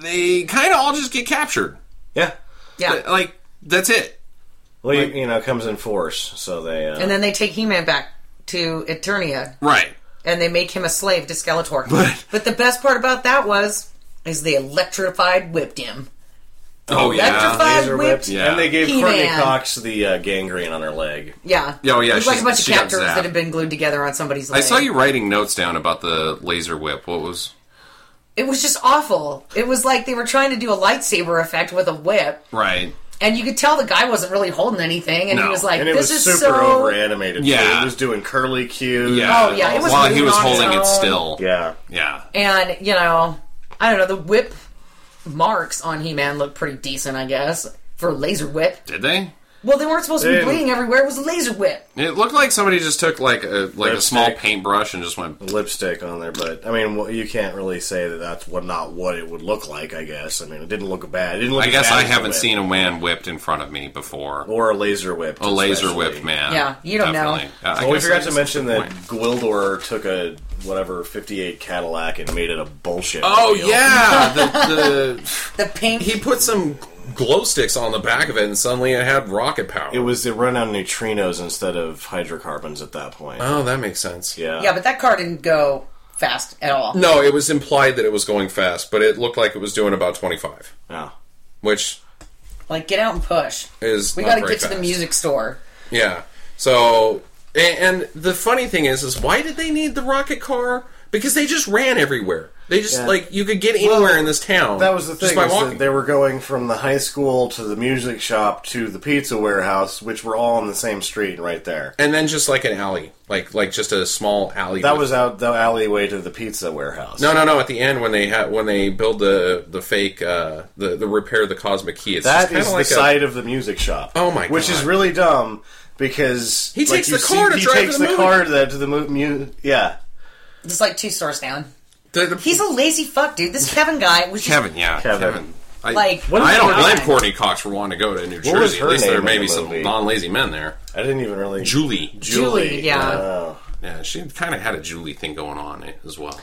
they kind of all just get captured.
Yeah.
yeah.
Like that's it.
Well, you, you know, it comes in force, so they. Uh,
and then they take He-Man back to Eternia,
Right.
and they make him a slave to Skeletor. But, the best part about that was, is they electrified whipped him.
Oh yeah.
Electrified-
laser whipped,
whipped
Yeah.
and they gave
He-Man.
Courtney Cox the uh, gangrene on her leg.
Yeah.
Yeah, oh, yeah,
It was like
she's-
a bunch of
she got
captors
zapped.
that had been glued together on somebody's leg.
I saw you writing notes down about the laser whip. What was?
It was just awful. It was like they were trying to do a lightsaber effect with a whip,
Right.
and you could tell the guy wasn't really holding anything, and
No.
he was like,
And it
"This
was
is
super
so."
over animated.
Yeah.
it was doing curly cues.
Yeah.
Oh, yeah, it was
While he
moving
was
on its
holding it
own.
still.
yeah.
Yeah.
And you know, I don't know. The whip marks on He-Man look pretty decent, I guess, for a laser whip.
Did they?
Well, they weren't supposed to
They-
be bleeding everywhere. It was a laser whip.
It looked like somebody just took like a like a small
Lipstick.
paintbrush and just went.
lipstick on there, but I mean, wh- you can't really say that that's what not what it would look like. I guess. I mean, it didn't look bad. It didn't look.
I
as
guess
bad
I
as the
haven't
whip.
seen a man whipped in front of me before.
or a laser whip.
a laser whip man.
Yeah, you don't know.
Definitely. Uh, I
Well, we
guess
forgot
that's
to
a
mention
good
that
point.
Gwildor took a whatever '58 Cadillac and made it a bullshit.
Oh
mobile.
yeah, the, the
The pink.
he put some glow sticks on the back of it, and suddenly it had rocket power.
It was it run on neutrinos instead of hydrocarbons at that point.
oh, that makes sense.
yeah.
yeah, but that car didn't go fast at all.
No, it was implied that it was going fast, but it looked like it was doing about twenty five,
Yeah.
which
Like, get out and push.
is
We
not
got to
very
get to the
fast.
music store.
Yeah. So, and, and the funny thing is, is why did they need the rocket car? Because they just ran everywhere. They just
Yeah.
like you could get anywhere in this town.
That was the
just
thing.
by
is that
walking.
they were going from the high school to the music shop to the pizza warehouse, which were all on the same street right there.
and then just like an alley, like like just a small alley.
That
with-
was out the alleyway to the pizza warehouse.
no, no, no. At the end, when they ha- when they build the the fake uh, the the repair the cosmic key, it's
that
just kinda
is
like
the
a-
side of the music shop.
Oh my
Which
God.
is really dumb because
He takes
you
the car to
he
drive to
takes
the movie.
car to the, to the mo- mu- Yeah,
Just like two stores down.
the, the,
He's a lazy fuck, dude. This Kevin guy was just
Kevin, yeah,
Kevin.
I,
Like- What
I
is
don't
that
blame
guy?
Courtney Cox for wanting to go to New
What was
Jersey.
her
At least there
name
may
in
be
the
some
movie?
non-lazy men there.
I didn't even really.
Julie,
Julie, yeah.
Oh.
Yeah, she kind of had a Julie thing going on as well.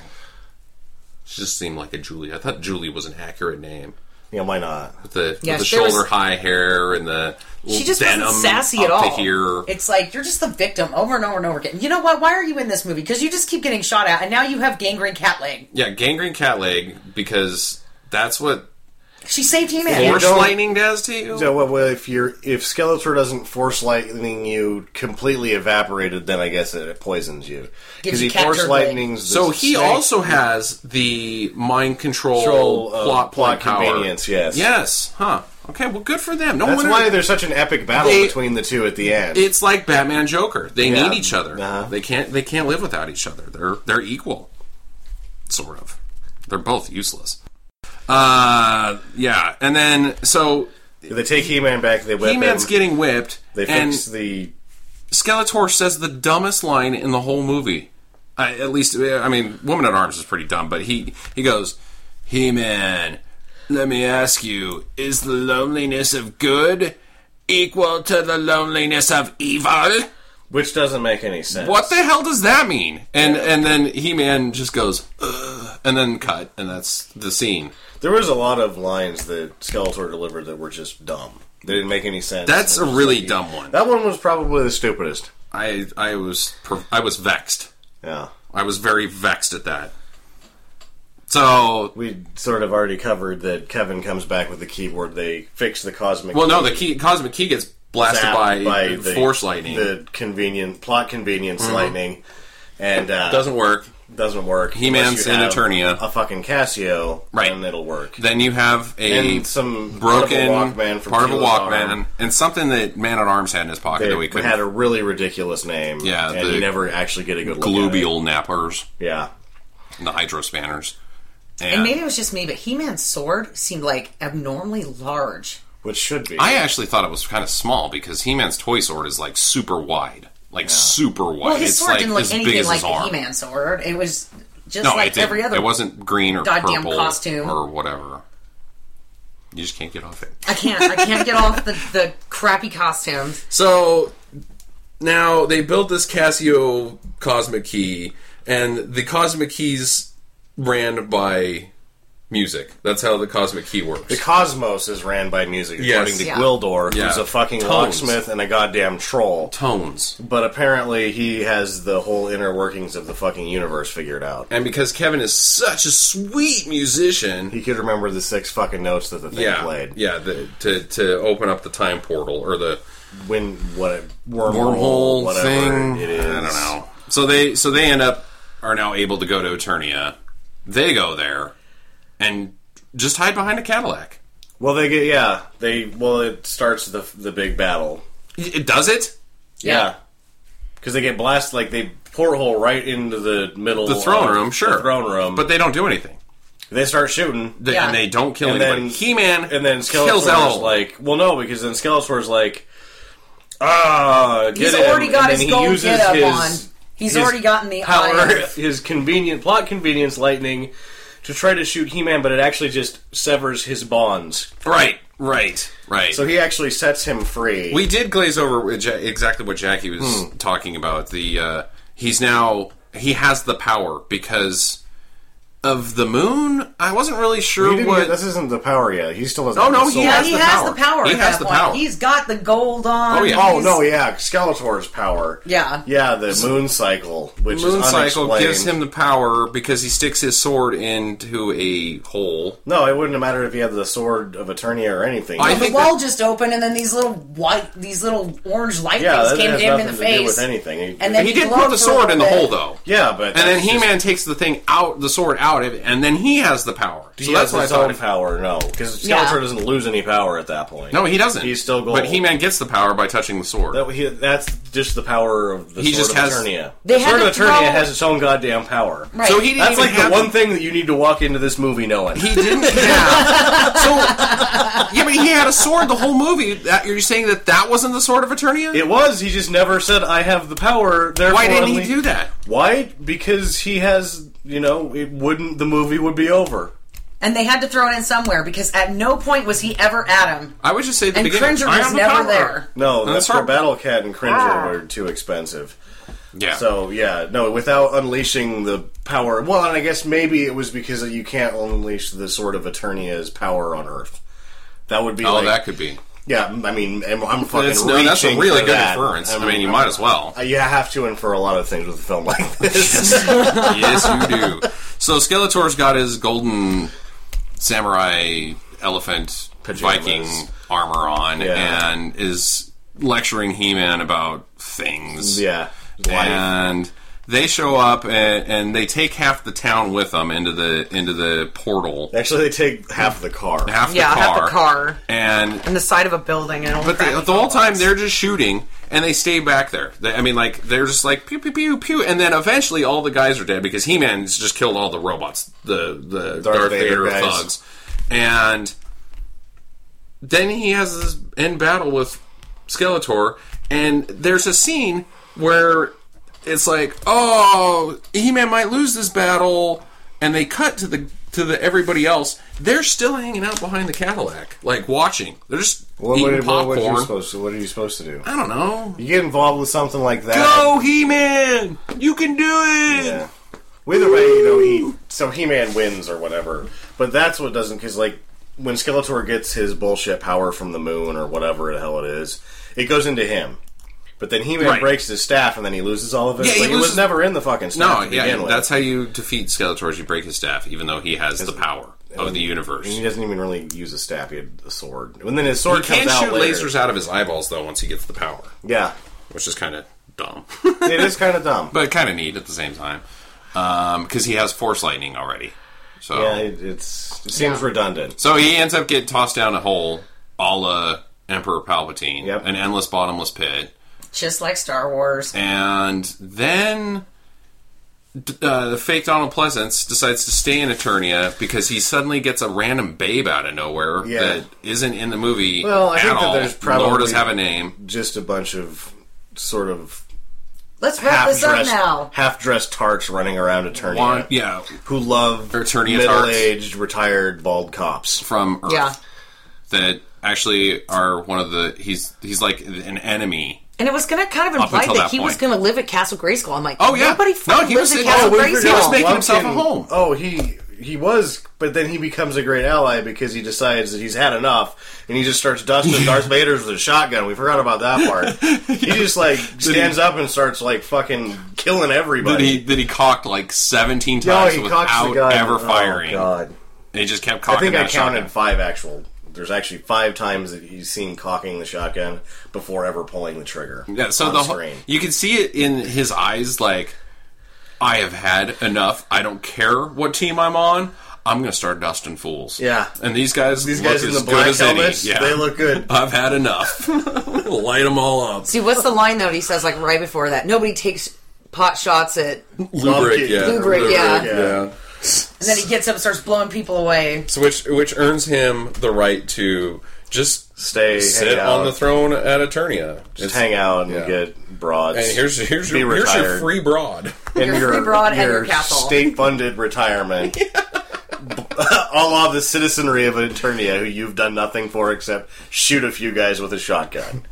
She just seemed like a Julie. I thought Julie was an accurate name.
Yeah, why not?
With the, with
Yeah,
the
she was-
shoulder high hair and the
She just
denim
wasn't sassy at
up
all.
to here.
It's like you're just the victim over and over and over again. You know what? Why are you in this movie? Because you just keep getting shot at, and now you have gangrene cat leg.
Yeah, gangrene cat leg because that's what
She saved He-Man.
force
don't-
lightning does to you.
So well, well, if you're if Skeletor doesn't force lightning you completely evaporated, then I guess it poisons you
Gives
because
you
he force
captured
lightnings. the
so he
snake
also has the mind control,
control, uh,
plot
plot
point power.
convenience. Yes,
Yes, huh? Okay, well, good for them. No
That's
wonder
why there's such an epic battle
They-
between the two at the end.
it's like Batman Joker. They
Yeah.
need each other.
Uh-huh.
They can't they can't live without each other. They're they're equal. Sort of. They're both useless. Uh yeah. And then so
they take He-Man back. They whip
He Man's
him.
getting whipped
They
and
fix the
Skeletor says the dumbest line in the whole movie. I, at least I mean Woman at Arms is pretty dumb, but he he goes, He Man, let me ask you, is the loneliness of good equal to the loneliness of evil?
which doesn't make any sense.
what the hell does that mean? And and then He Man just goes, Ugh, and then cut, and that's the scene.
There was a lot of lines that Skeletor delivered that were just dumb. They didn't make any sense.
That's
It
a
was
really
like-
dumb one.
That one was probably the stupidest.
I I was per- I was vexed.
Yeah.
I was very vexed at that. So
We sort of already covered that Kevin comes back with the keyboard. They fix the cosmic.
well, no,
key
the key, cosmic key gets blasted
zapped
by,
the-
force lightning. Mm-hmm.
the convenient plot convenience lightning, and uh,
Doesn't work.
doesn't work.
He-Man's
unless you
in
have
Eternia.
a fucking Casio,
Right.
and it'll work.
Then you have a
and some
broken
part of a Walkman, from
part of a
Keela's
Walkman
arm.
and something that Man at Arms had in his pocket that we
It
could
had a
have
really ridiculous name.
Yeah,
and
the
you never actually get a good look. at it.
glubial nappers,
Yeah,
and the hydro spanners,
And maybe it was just me, but He Man's sword seemed like abnormally large.
which should be.
I actually thought it was kind of small because He Man's toy sword is like super wide, like super wide.
Well, his
it's
sword
like
didn't look
as big
anything
as
like
his
the
arm.
He Man sword. It was just
No, it
like
didn't.
every other.
It wasn't green or
goddamn
purple
costume.
or whatever. You just can't get off it.
I can't. I can't get off the, the crappy costumes.
So now they built this Casio Cosmic Key, and the Cosmic Keys ran by music. That's how the Cosmic Key works.
the Cosmos is ran by music,
Yes.
according to
Yeah.
Gwildor,
Yeah.
who's a fucking
Tones.
locksmith and a goddamn troll.
Tones.
But apparently, he has the whole inner workings of the fucking universe figured out.
And because Kevin is such a sweet musician,
He could remember the six fucking notes that the thing
yeah,
played.
yeah, the, to to open up the time portal or the
When what a wormhole,
wormhole
whatever
thing.
it is.
I don't know. So they so they end up are now able to go to Eternia. They go there and just hide behind a Cadillac.
Well, they get yeah. They well, it starts the the big battle.
It it does it.
Yeah. Because they get blasted, like they porthole right into the middle
The throne
of
room, sure.
The throne room.
But
But
they don't do anything.
they start shooting.
They,
Yeah.
And they don't kill
And
anybody.
then-
He Man
and then
kills
Skeletor's
Elul.
like, well, no, because then Skeletor's like, ah, get
He's
him,"
already got
and then
his
he
gold
uses
get up
his
on. He's
his
already gotten the
Power,
eye.
his convenient plot convenience lightning to try to shoot He-Man, but it actually just severs his bonds.
right, right, right.
So he actually sets him free.
we did glaze over with Ja- exactly what Jackie was
Hmm.
talking about. The uh, he's now he has the power because of the moon. I wasn't really
He
sure
didn't
what.
get- this isn't the power yet. He still doesn't.
Oh,
have
no,
the
he
soul.
has
Yeah, he
the
has
power.
the power.
He
at
has
that
the
point.
power.
He's got the gold on.
Oh, yeah.
Oh
He's-
no, yeah, Skeletor's power.
Yeah.
yeah, the moon cycle, which
Moon
is
cycle
unexplained.
gives him the power because he sticks his sword into a hole.
No, it wouldn't have mattered if he had the sword of Eternia or anything.
I
And the
think
wall
that-
just opened, and then these little white, these little orange light
yeah,
things
that
came
has
to him in
nothing
the
to
face.
do with anything.
And then
He
He
did
glowed
put the
for a
sword in the hole
little bit.
though.
yeah, but
And then
that's
He
just-
Man takes the thing out, the sword out of it, and then he has the power. So
He
that's
has
what I
his
thought.
own
it-
power. No, because Skeletor
Yeah.
doesn't lose any power at that point.
No, he doesn't.
He's still gold.
But He Man gets the power by touching the sword.
That- he- that's just the power of the
He
sword
just
of
has-
Eternia.
They
the
had
sword
to
of Eternia
throw-
has its own goddamn power.
Right.
So he didn't
That's
even
like the
have
one thing that you need to walk into this movie knowing.
He didn't have. so yeah, but he had a sword the whole movie. That, you're saying that that wasn't the sword of Eternia?
it was. He just never said, "I have the power." Therefore,
Why didn't he
unleash-"
do that?
Why? Because he has, you know, it wouldn't. The movie would be over.
and they had to throw it in somewhere because at no point was he ever at him.
I would just say at the
And
beginning.
Cringer
I
was
have the
never
power.
there.
No,
And
that's
that's
where
hard.
Battle Cat and Cringer were too expensive.
Yeah.
So yeah, no, without unleashing the power. Well, and I guess maybe it was because you can't unleash the sword of Eternia's power on Earth. That would be
oh,
like,
that could be.
yeah. I mean, I'm, I'm fucking
That's, no,
reaching
that's a really
for
good
that. Uh,
inference. I mean, you might as well.
You have to infer a lot of things with a film like this.
yes, you do. So Skeletor's got his golden samurai elephant
Pajamas.
Viking armor on
Yeah.
and is lecturing He-Man about things.
yeah, Life.
and they show up and, and they take half the town with them into the into the portal.
Actually, they take half the car.
Half
Yeah,
the
half
car.
the car.
And
on the side of a building. And all
but
crappy
the, the whole
photos.
time they're just shooting and they stay back there. They, I mean, like they're just like pew pew pew pew, and then eventually all the guys are dead because He Man's just killed all the robots, the the Darth, Vader,
Vader guys.
thugs, and then he has this end battle with Skeletor, and there's a scene where it's like, oh, He Man might lose this battle, and they cut to the to the everybody else. They're still hanging out behind the Cadillac, like watching. They're just eating popcorn.
you supposed to, what are you supposed to do?
I don't know.
You get involved with something like that.
Go, He Man! You can do it!
Yeah. Well, either way, you know, he so He Man wins or whatever. But that's what doesn't because like when Skeletor gets his bullshit power from the moon or whatever the hell it is, it goes into him. But then He Man
Right.
breaks his staff, and then he loses all of it.
Yeah, he
Like, he,
loses-
was never in the fucking staff.
No,
to
yeah,
begin with.
that's how you defeat Skeletor. Is you break his staff, even though he has the power of the universe.
And he
He
doesn't even really use a staff; he had a sword. And then his sword
can
comes out
shoot
later.
lasers out of his eyeballs though once he gets the power,
Yeah,
which is kind of dumb,
it is kind of dumb.
but kind of neat at the same time because he has force lightning already. So
yeah, it, it's it seems redundant.
So he ends up getting tossed down a hole, a la Emperor Palpatine,
Yep.
an endless bottomless pit,
Just like Star Wars.
and then d- uh, the fake Donald Pleasance decides to stay in Eternia because he suddenly gets a random babe out of nowhere
Yeah.
that isn't in the movie.
Well, I
at
think that
all.
there's probably-
nor does have a name.
Just a bunch of sort of
Let's wrap
half
this up
dressed
now.
half dressed tarts running around Eternia
One, yeah,
who love
Eternia
middle aged retired bald cops.
from Earth
Yeah.
that actually are one of the he's he's like an enemy.
And it was going to kind of
Up
imply
until
that,
that
he was
point.
going to live at Castle Grayskull. I'm like,
Oh, yeah.
nobody
No,
fucking
he
lives
was
at
in-
Castle
oh, we forgot.
Grayskull.
Making himself a home.
Oh, he he was, but then he becomes a great ally because he decides that he's had enough, and he just starts dusting Darth Vader's with a shotgun. We forgot about that part. He just like stands up and starts like fucking killing
That
everybody.
he that he cocked like seventeen
No,
times
he cocks the
without
gun.
ever
Oh,
firing.
God.
And he just kept
I
cocking.
think I
that
counted
shotgun.
five actual. There's actually five times that he's seen cocking the shotgun before ever pulling the trigger.
Yeah, so
on
the whole,
screen.
you can see it in his eyes, like I have had enough. I don't care what team I'm on. I'm gonna start dusting fools.
Yeah.
and these guys,
These guys in the black helmets, they look good.
I've had enough. Light them all up.
See, what's the line though? that He says like right before that. Nobody takes pot shots at, and
Lubric, yeah,
Lubric, yeah.
Yeah.
And then he gets up and starts blowing people away.
So which which earns him the right to just
Stay,
sit
hang out,
on the throne at Eternia.
just hang out and
yeah.
get broads.
And here's here's
Be
your, here's your
retired.
free broad.
And
Your free broad and your castle.
state-funded retirement. All of the citizenry of Eternia, who you've done nothing for except shoot a few guys with a shotgun.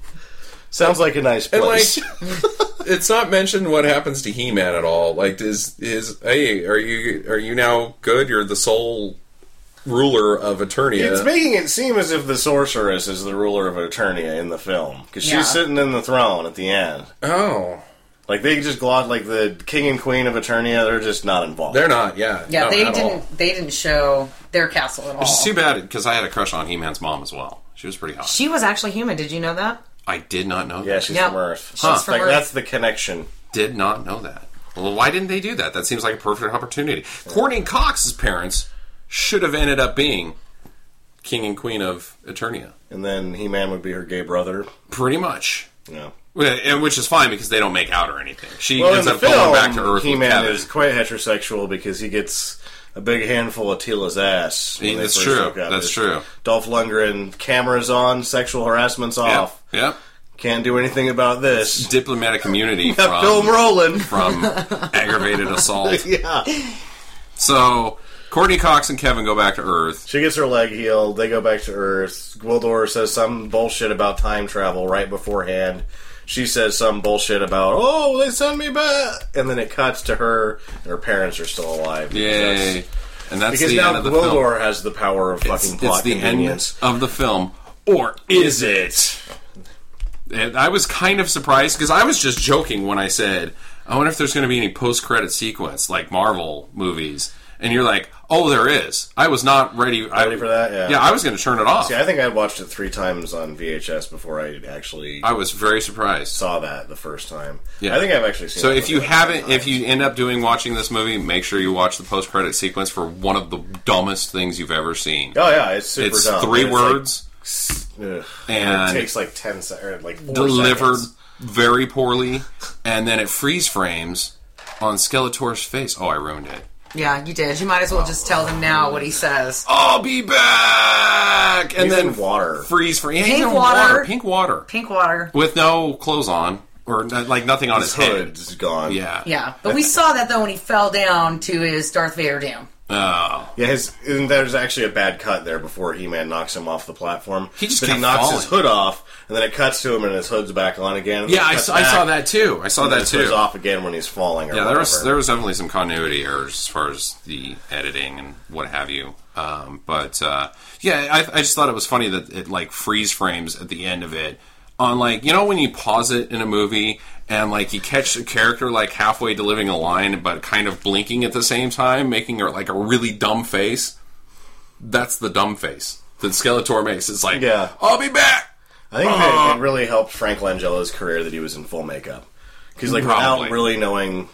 Sounds like a nice
And like,
place.
it's not mentioned what happens to He Man at all. Like, is is hey, are you are you now good? You're the sole ruler of Eternia.
It's making it seem as if the sorceress is the ruler of Eternia in the film because
Yeah.
she's sitting in the throne at the end.
oh,
Like they just glot like the king and queen of Eternia. They're just not involved.
they're not. Yeah,
Yeah,
no,
they
at
didn't.
all.
They didn't show their castle at all.
It's too bad because I had a crush on He Man's mom as well. She was pretty hot.
she was actually human. Did you know that?
I did not know.
yeah,
that.
she's
Yeah.
from Earth.
She's Huh. from
like,
Earth.
That's the connection.
did not know that. Well, why didn't they do that? That seems like a perfect opportunity. Courtney and Cox's parents should have ended up being king and queen of Eternia,
And then He Man would be her gay brother.
pretty much.
No.
Yeah, and which is fine because they don't make out or anything. She
Well, in
ends
the
up going back to
film,
Earth.
He
with
Man
Kevin.
is quite heterosexual because he gets a big handful of Tila's ass. when
Yeah,
they
that's
first
true.
hook up.
That's
It's
true.
Dolph Lundgren, cameras on, sexual harassment's
Yep.
off.
yep.
Can't do anything about this.
Diplomatic immunity
Got film
from
rolling.
from aggravated assault.
yeah.
So Courtney Cox and Kevin go back to Earth.
She gets her leg healed. They go back to Earth. Gwildor says some bullshit about time travel right beforehand. She says some bullshit about, oh, they send me back. And then it cuts to her, and her parents are still alive.
Yay! And that's
Because
the end
now
of the film.
Gwildor has the power of
It's,
fucking
it's
plot
the end
convenience.
of the film, or is it? And I was kind of surprised because I was just joking when I said, "I wonder if there's going to be any post-credit sequence like Marvel movies." And you're like, "Oh, there is." I was not ready.
Ready for that? Yeah.
I was going to turn it off.
See, I think I watched it three times on VHS before I actually
I was very surprised. So,
saw that the first time.
Yeah.
I think I've actually seen. it
if you
like
haven't,
three
if you end up doing watching this movie, make sure you watch the post credit sequence for one of the dumbest things you've ever seen.
times. oh yeah, it's super
it's
dumb.
three
And it's like-
words
ugh.
And-
it takes like ten se- or like four
delivered
seconds.
very poorly, and then it freeze frames on Skeletor's face. Oh, I ruined it.
Yeah, you did. You might as well just tell them now what he says.
I'll be back, and
He's
then
in water.
freeze frame. Yeah, he's
Pink
in water.
water.
pink water,
Pink water.
with no clothes on or no- like nothing on his,
His
head.
hood's gone.
Yeah,
Yeah, but we saw that though when he fell down to his Darth Vader doom.
Oh.
yeah. His and there's actually a bad cut there before He Man knocks him off the platform.
He just
But he
kept
knocks his
falling.
hood off, and then it cuts to him, and his hood's back on again. and
yeah.
then it
I,
cuts
saw, I
back,
saw that too. I saw
and then
that
his hood's
too.
off again when he's falling. Or
Yeah, there was
whatever.
there was definitely some continuity errors as far as the editing and what have you. Um, but uh, yeah, I, I just thought it was funny that it like freeze frames at the end of it on like you know when you pause it in a movie and like you catch a character like halfway delivering a line but kind of blinking at the same time, making her like a really dumb face. That's the dumb face that Skeletor makes. It's like,
Yeah.
I'll be back.
I think
Oh.
that it really helped Frank Langella's career that he was in full makeup because like
Probably.
without really knowing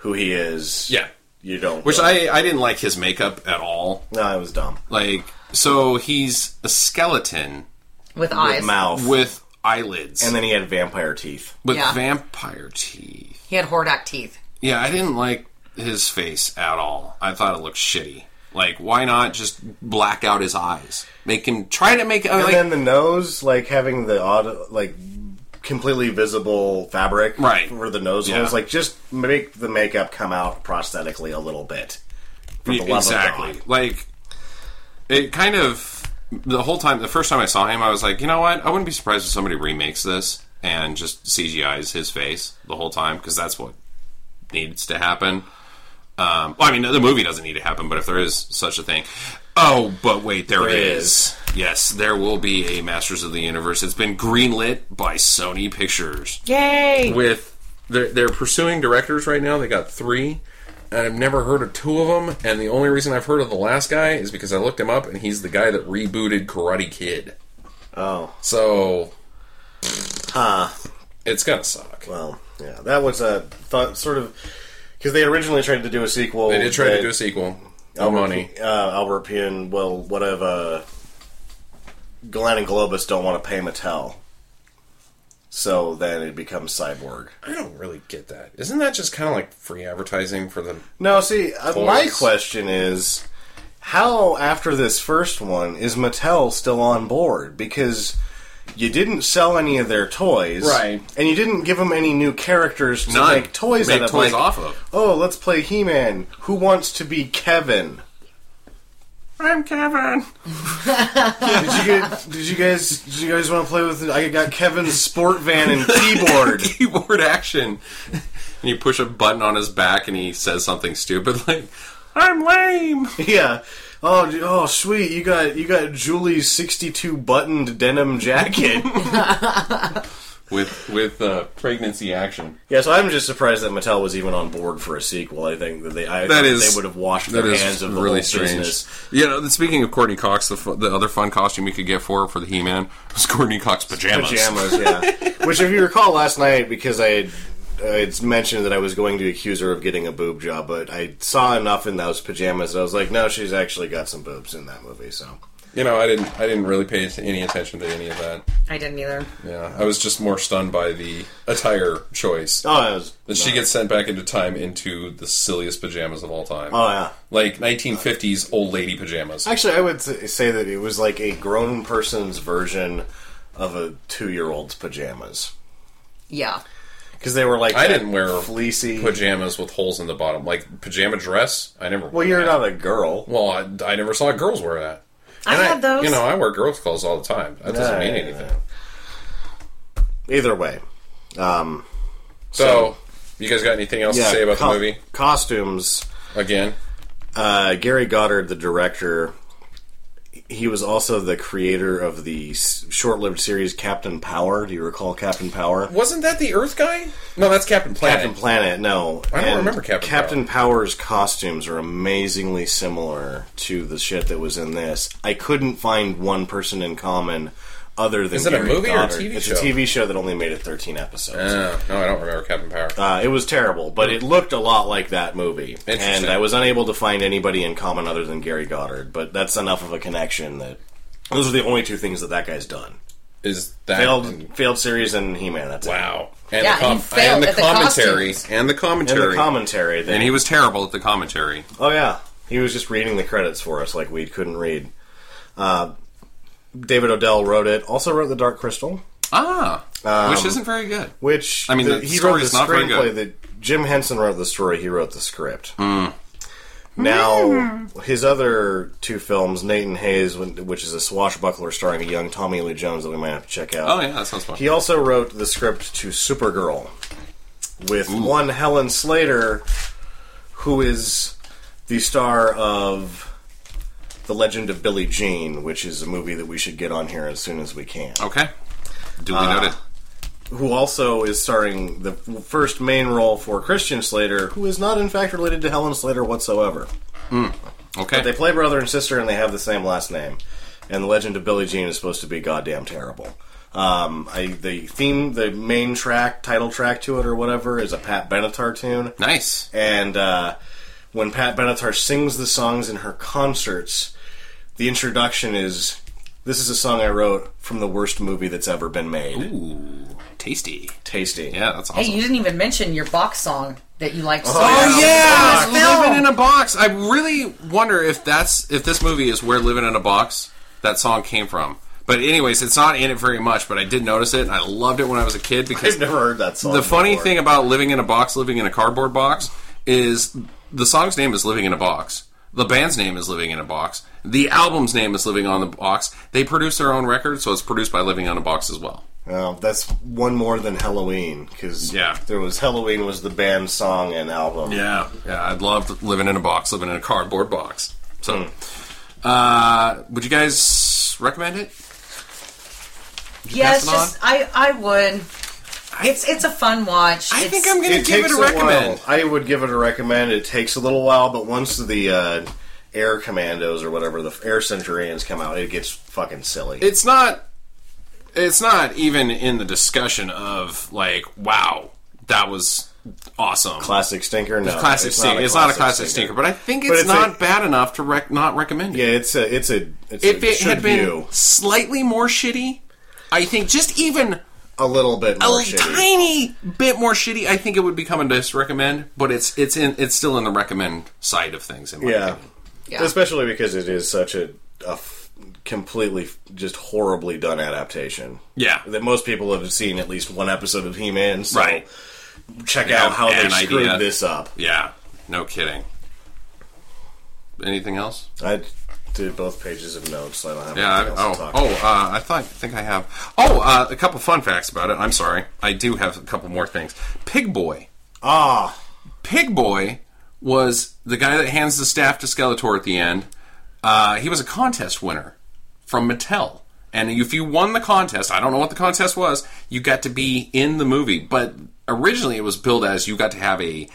who he is,
Yeah.
you don't.
Which
really-
I, I didn't like his makeup at all.
no, I was dumb.
Like, so he's a skeleton
with eyes.
Mouth,
with eyelids
and then he had vampire teeth.
with
Yeah.
vampire teeth.
He had Hordak teeth.
Yeah, I didn't like his face at all. I thought it looked shitty. Like, why not just black out his eyes? Make him try to make. uh,
And
Like,
then the nose, like having the odd, like completely visible fabric
Right.
for the nose
Yeah.
holes, like just make the makeup come out prosthetically a little bit. For the love of
exactly.
God.
Like, it kind of the whole time. The first time I saw him, I was like, you know what? I wouldn't be surprised if somebody remakes this and just CGI's his face the whole time because that's what needs to happen. Um, well, I mean, the movie doesn't need to happen, but if there is such a thing, oh, but wait, there is. Yes, there will be a Masters of the Universe. It's been greenlit by Sony Pictures
Yay!
with they're, they're pursuing directors right now. They got three, and I've never heard of two of them. And the only reason I've heard of the last guy is because I looked him up, and he's the guy that rebooted Karate Kid.
Oh,
So
huh.
it's gonna suck.
Well, yeah, that was a thought, sort of because they originally tried to do a sequel.
They did try
that
to do a sequel. No
Albert
money.
P- uh, Albert P. and well, what if uh, Glenn and Globus don't want to pay Mattel? So then it becomes Cyborg.
I don't really get that. Isn't that just kind of like free advertising for them?
No, see, uh, my
Toys.
question is how after this first one is Mattel still on board because you didn't sell any of their toys,
Right.
And you didn't give them any new characters to
None.
make toys
Make
out of.
toys
like,
off of.
Oh, let's play He-Man. Who wants to be Kevin?
I'm Kevin.
Did you get? Did you guys? Did you guys want to play with? I got Kevin's sport van and keyboard.
Keyboard action. And you push a button on his back, and he says something stupid like, "I'm lame."
yeah. Oh, d- oh, sweet! You got you got Julie's sixty-two buttoned denim jacket.
with with uh, pregnancy action.
yeah, so I'm just surprised that Mattel was even on board for a sequel. I think that they I,
That
that
is
they would have washed
That
their
is
hands of the
really
whole
strange.
business.
You know, speaking of Courtney Cox, the, fu- the other fun costume you could get for her for the He Man was Courtney Cox pajamas.
Pajamas, yeah. Which, if you recall last night, because I had I had mentioned that I was going to accuse her of getting a boob job, but I saw enough in those pajamas that I was like, no, she's actually got some boobs in that movie. So
You know, I didn't I didn't really pay any attention to any of that.
I didn't either.
Yeah, I was just more stunned by the attire choice.
Oh, it was.
That she gets sent back into time into the silliest pajamas of all time.
Oh, yeah.
Like 1950s old lady pajamas.
Actually, I would s- say that it was like a grown person's version of a two-year-old's pajamas
Yeah.
because they were like
I
that
didn't wear
fleecy.
Pajamas with holes in the bottom, like pajama dress. I never.
well,
wore
you're
that.
not a girl.
Well, I, I never saw girls wear that.
I had those.
You know, I wear girls' clothes all the time. That doesn't
Yeah,
mean
yeah,
anything.
Either way, um,
So, you guys got anything else
yeah,
to say about
co-
the movie?
costumes.
Again,
uh, Gary Goddard, the director, he was also the creator of the s- short-lived series Captain Power. Do you recall Captain Power?
wasn't that the Earth guy? No, that's Captain Planet.
Captain Planet, no.
I don't remember Captain
Power's costumes are amazingly similar to the shit that was in this. I couldn't find one person in common other than
it a
Gary
movie or a
Goddard.
TV
it's
show?
a TV show that only made it 13 episodes.
Oh, no, I don't remember Captain Power.
Uh, it was terrible, but it looked a lot like that movie. And I was unable to find anybody in common other than Gary Goddard, but that's enough of a connection that those are the only two things that that guy's done.
Is that
Failed, failed series and He-Man. That's
Wow. And
Yeah,
the, com-
he failed
and the
at the
commentary.
costumes.
and the
it.
commentary.
And the commentary. They,
And he was terrible at the commentary.
Oh yeah, he was just reading the credits for us, like we couldn't read. Uh, David Odell wrote it. Also wrote the Dark Crystal,
Ah, which isn't very good.
which
I mean, the
he
story
wrote the
is not very
screenplay.
good. Hmm.
That Jim Henson wrote the story. He wrote the script. Now his other two films, Nathan Hayes, when- which is a swashbuckler starring a young Tommy Lee Jones that we might have to check out.
Oh yeah, that sounds fun.
He also wrote the script to Supergirl with one Helen Slater, who is the star of
Oh,
The Legend of Billie Jean, which is a movie that we should get on here as soon as we can.
okay. Duly noted.
who also is starring the first main role for Christian Slater, who is not in fact related to Helen Slater whatsoever. They
Okay.
play brother and sister, and they have the same last name. And the Legend of Billie Jean is supposed to be goddamn terrible. Um, I, the theme, the main track, title track to it or whatever, is a Pat Benatar tune.
Nice.
And uh, when Pat Benatar sings the songs in her concerts, the introduction is this is a song I wrote from the worst movie that's ever been made.
Ooh, tasty.
Tasty.
Yeah, that's awesome.
Hey, you didn't even mention your box song that you liked. so
yeah.
much.
Oh yeah,
It's
living in a box. I really wonder if that's if this movie is where "Living in a Box" that song came from. But anyways, it's not in it very much. But I did notice it, and I loved it when I was a kid because
I've never heard that song.
the funny
before.
thing about living in a box, living in a cardboard box, is the song's name is "Living in a Box." The band's name is "Living in a Box." The album's name is "Living on the Box." They produce their own record, so it's produced by "Living on a Box" as well.
Well, that's one more than Halloween because
Yeah.
there was Halloween was the band song and album.
Yeah, yeah. I loved living in a box, living in a cardboard box. So,
Hmm.
uh, would you guys recommend it? Would you
Yeah,
pass
it's
it on?
just I I would. It's it's a fun watch.
I
it's,
think I'm gonna
It
give
takes
it a
a
recommend.
While. I would give it a recommend. It takes a little while, but once the uh, air commandos or whatever the air centurions come out, it gets fucking silly.
It's not. It's not even in the discussion of like, wow, that was awesome.
classic stinker. No,
classic
it's
stinker. It's not a classic stinker, but I think it's,
it's
not
a-
bad enough to rec- not recommend it.
yeah, it's a it's a it's
if
a
it had
should
been
view.
slightly more shitty, I think just even
a little bit
a
more
little
shitty.
tiny bit more shitty, I think it would become a disrecommend, but it's it's in it's still in the recommend side of things. In my
Yeah.
opinion.
Especially because it is such a, a f- completely f- just horribly done adaptation.
Yeah.
That most people have seen at least one episode of He Man, so
Right.
check
have
out how they
an
screwed
idea.
this up.
yeah, no kidding. Anything else?
I did both pages of notes, so I don't have
Yeah. I,
anything else to
oh,
talk
oh.
about.
Uh, I thought. I think I have. Oh, uh, a couple fun facts about it. I'm sorry. I do have a couple more things. Pig Boy.
Ah,
Pig Boy was the guy that hands the staff to Skeletor at the end. Uh, he was a contest winner from Mattel. And if you won the contest, I don't know what the contest was, you got to be in the movie. But originally it was billed as you got to have a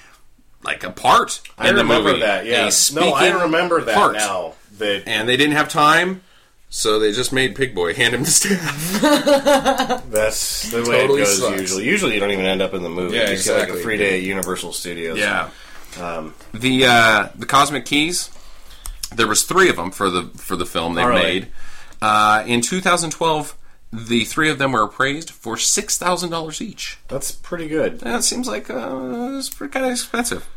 like a part
I
in the
remember
movie.
that, yeah.
A
No, I
speaking
remember that
part.
now. That
And they didn't have time, so they just made Pig Boy hand him the staff.
That's the way
Totally
it goes
sucks.
usually. Usually you don't even end up in the movie.
Yeah,
You just get, like
exactly.
a free day at Universal Studios.
Yeah.
Um,
the uh, the cosmic keys. There was three of them for the for the film they
Alright.
made. Uh, in 2012, the three of them were appraised for six thousand dollars each.
That's pretty good.
That seems like uh, it's pretty kind of expensive.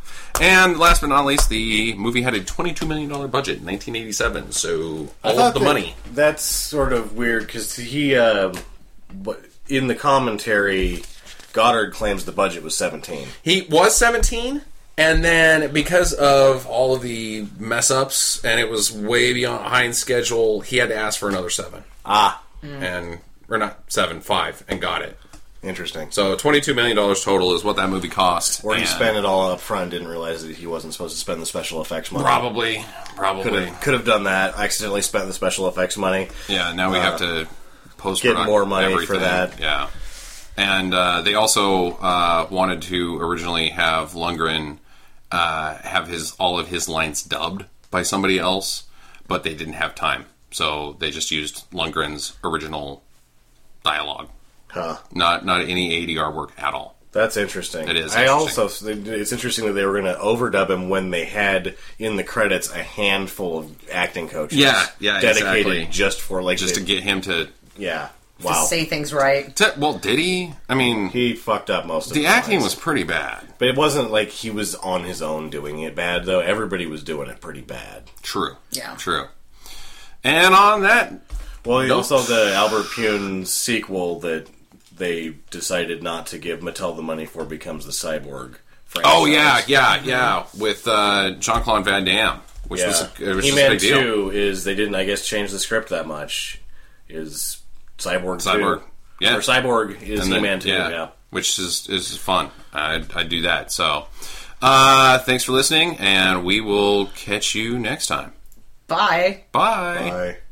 And last but not least, the movie had a 22 million dollar budget in 1987, so all
thought
of the
that-
money.
That's sort of weird because he, uh, what- in the commentary, Goddard claims the budget was seventeen.
He was 17, and then because of all of the mess ups, and it was way beyond behind schedule, he had to ask for another seven.
Ah,
and or not seven five and got it.
interesting. So
So twenty two million dollars total is what that movie cost.
or he
and
spent it all up front, didn't realize that he wasn't supposed to spend the special effects money.
probably
could
probably
have, could have done that. Accidentally spent the special effects money.
yeah. Now we have to post
Uh, get more money for that.
Yeah, and uh, they also uh, wanted to originally have Lundgren uh, have his all of his lines dubbed by somebody else, but they didn't have time, so they just used Lundgren's original dialogue.
Huh.
Not not any ADR work at all.
That's interesting.
It is
I
interesting.
also it's interesting that they were going to overdub him when they had in the credits a handful of acting coaches.
Yeah, yeah,
dedicated
exactly.
just for like
Just
the-
to get him to
yeah.
to
Wow,
say things right.
Te- well, did he? I mean,
he fucked up most of
the acting was
lines.
pretty bad.
but it wasn't like he was on his own doing it bad though. Everybody was doing it pretty bad.
True.
Yeah.
True. And on that,
Well,
Nope.
also the Albert Pune sequel that they decided not to give Mattel the money for becomes the Cyborg. Franchise.
oh yeah, yeah, yeah, with uh, Jean Claude Van Damme, which was
Yeah.
a, it was
He
just a
Man
big deal.
Two is they didn't I guess change the script that much. Is Cyborg
Cyborg.
Two.
Yeah.
Or Cyborg is
And
He
then-
Man Two. Yeah.
which is is fun. I I do that. So, uh, thanks for listening, and we will catch you next time.
Bye.
Bye.
Bye.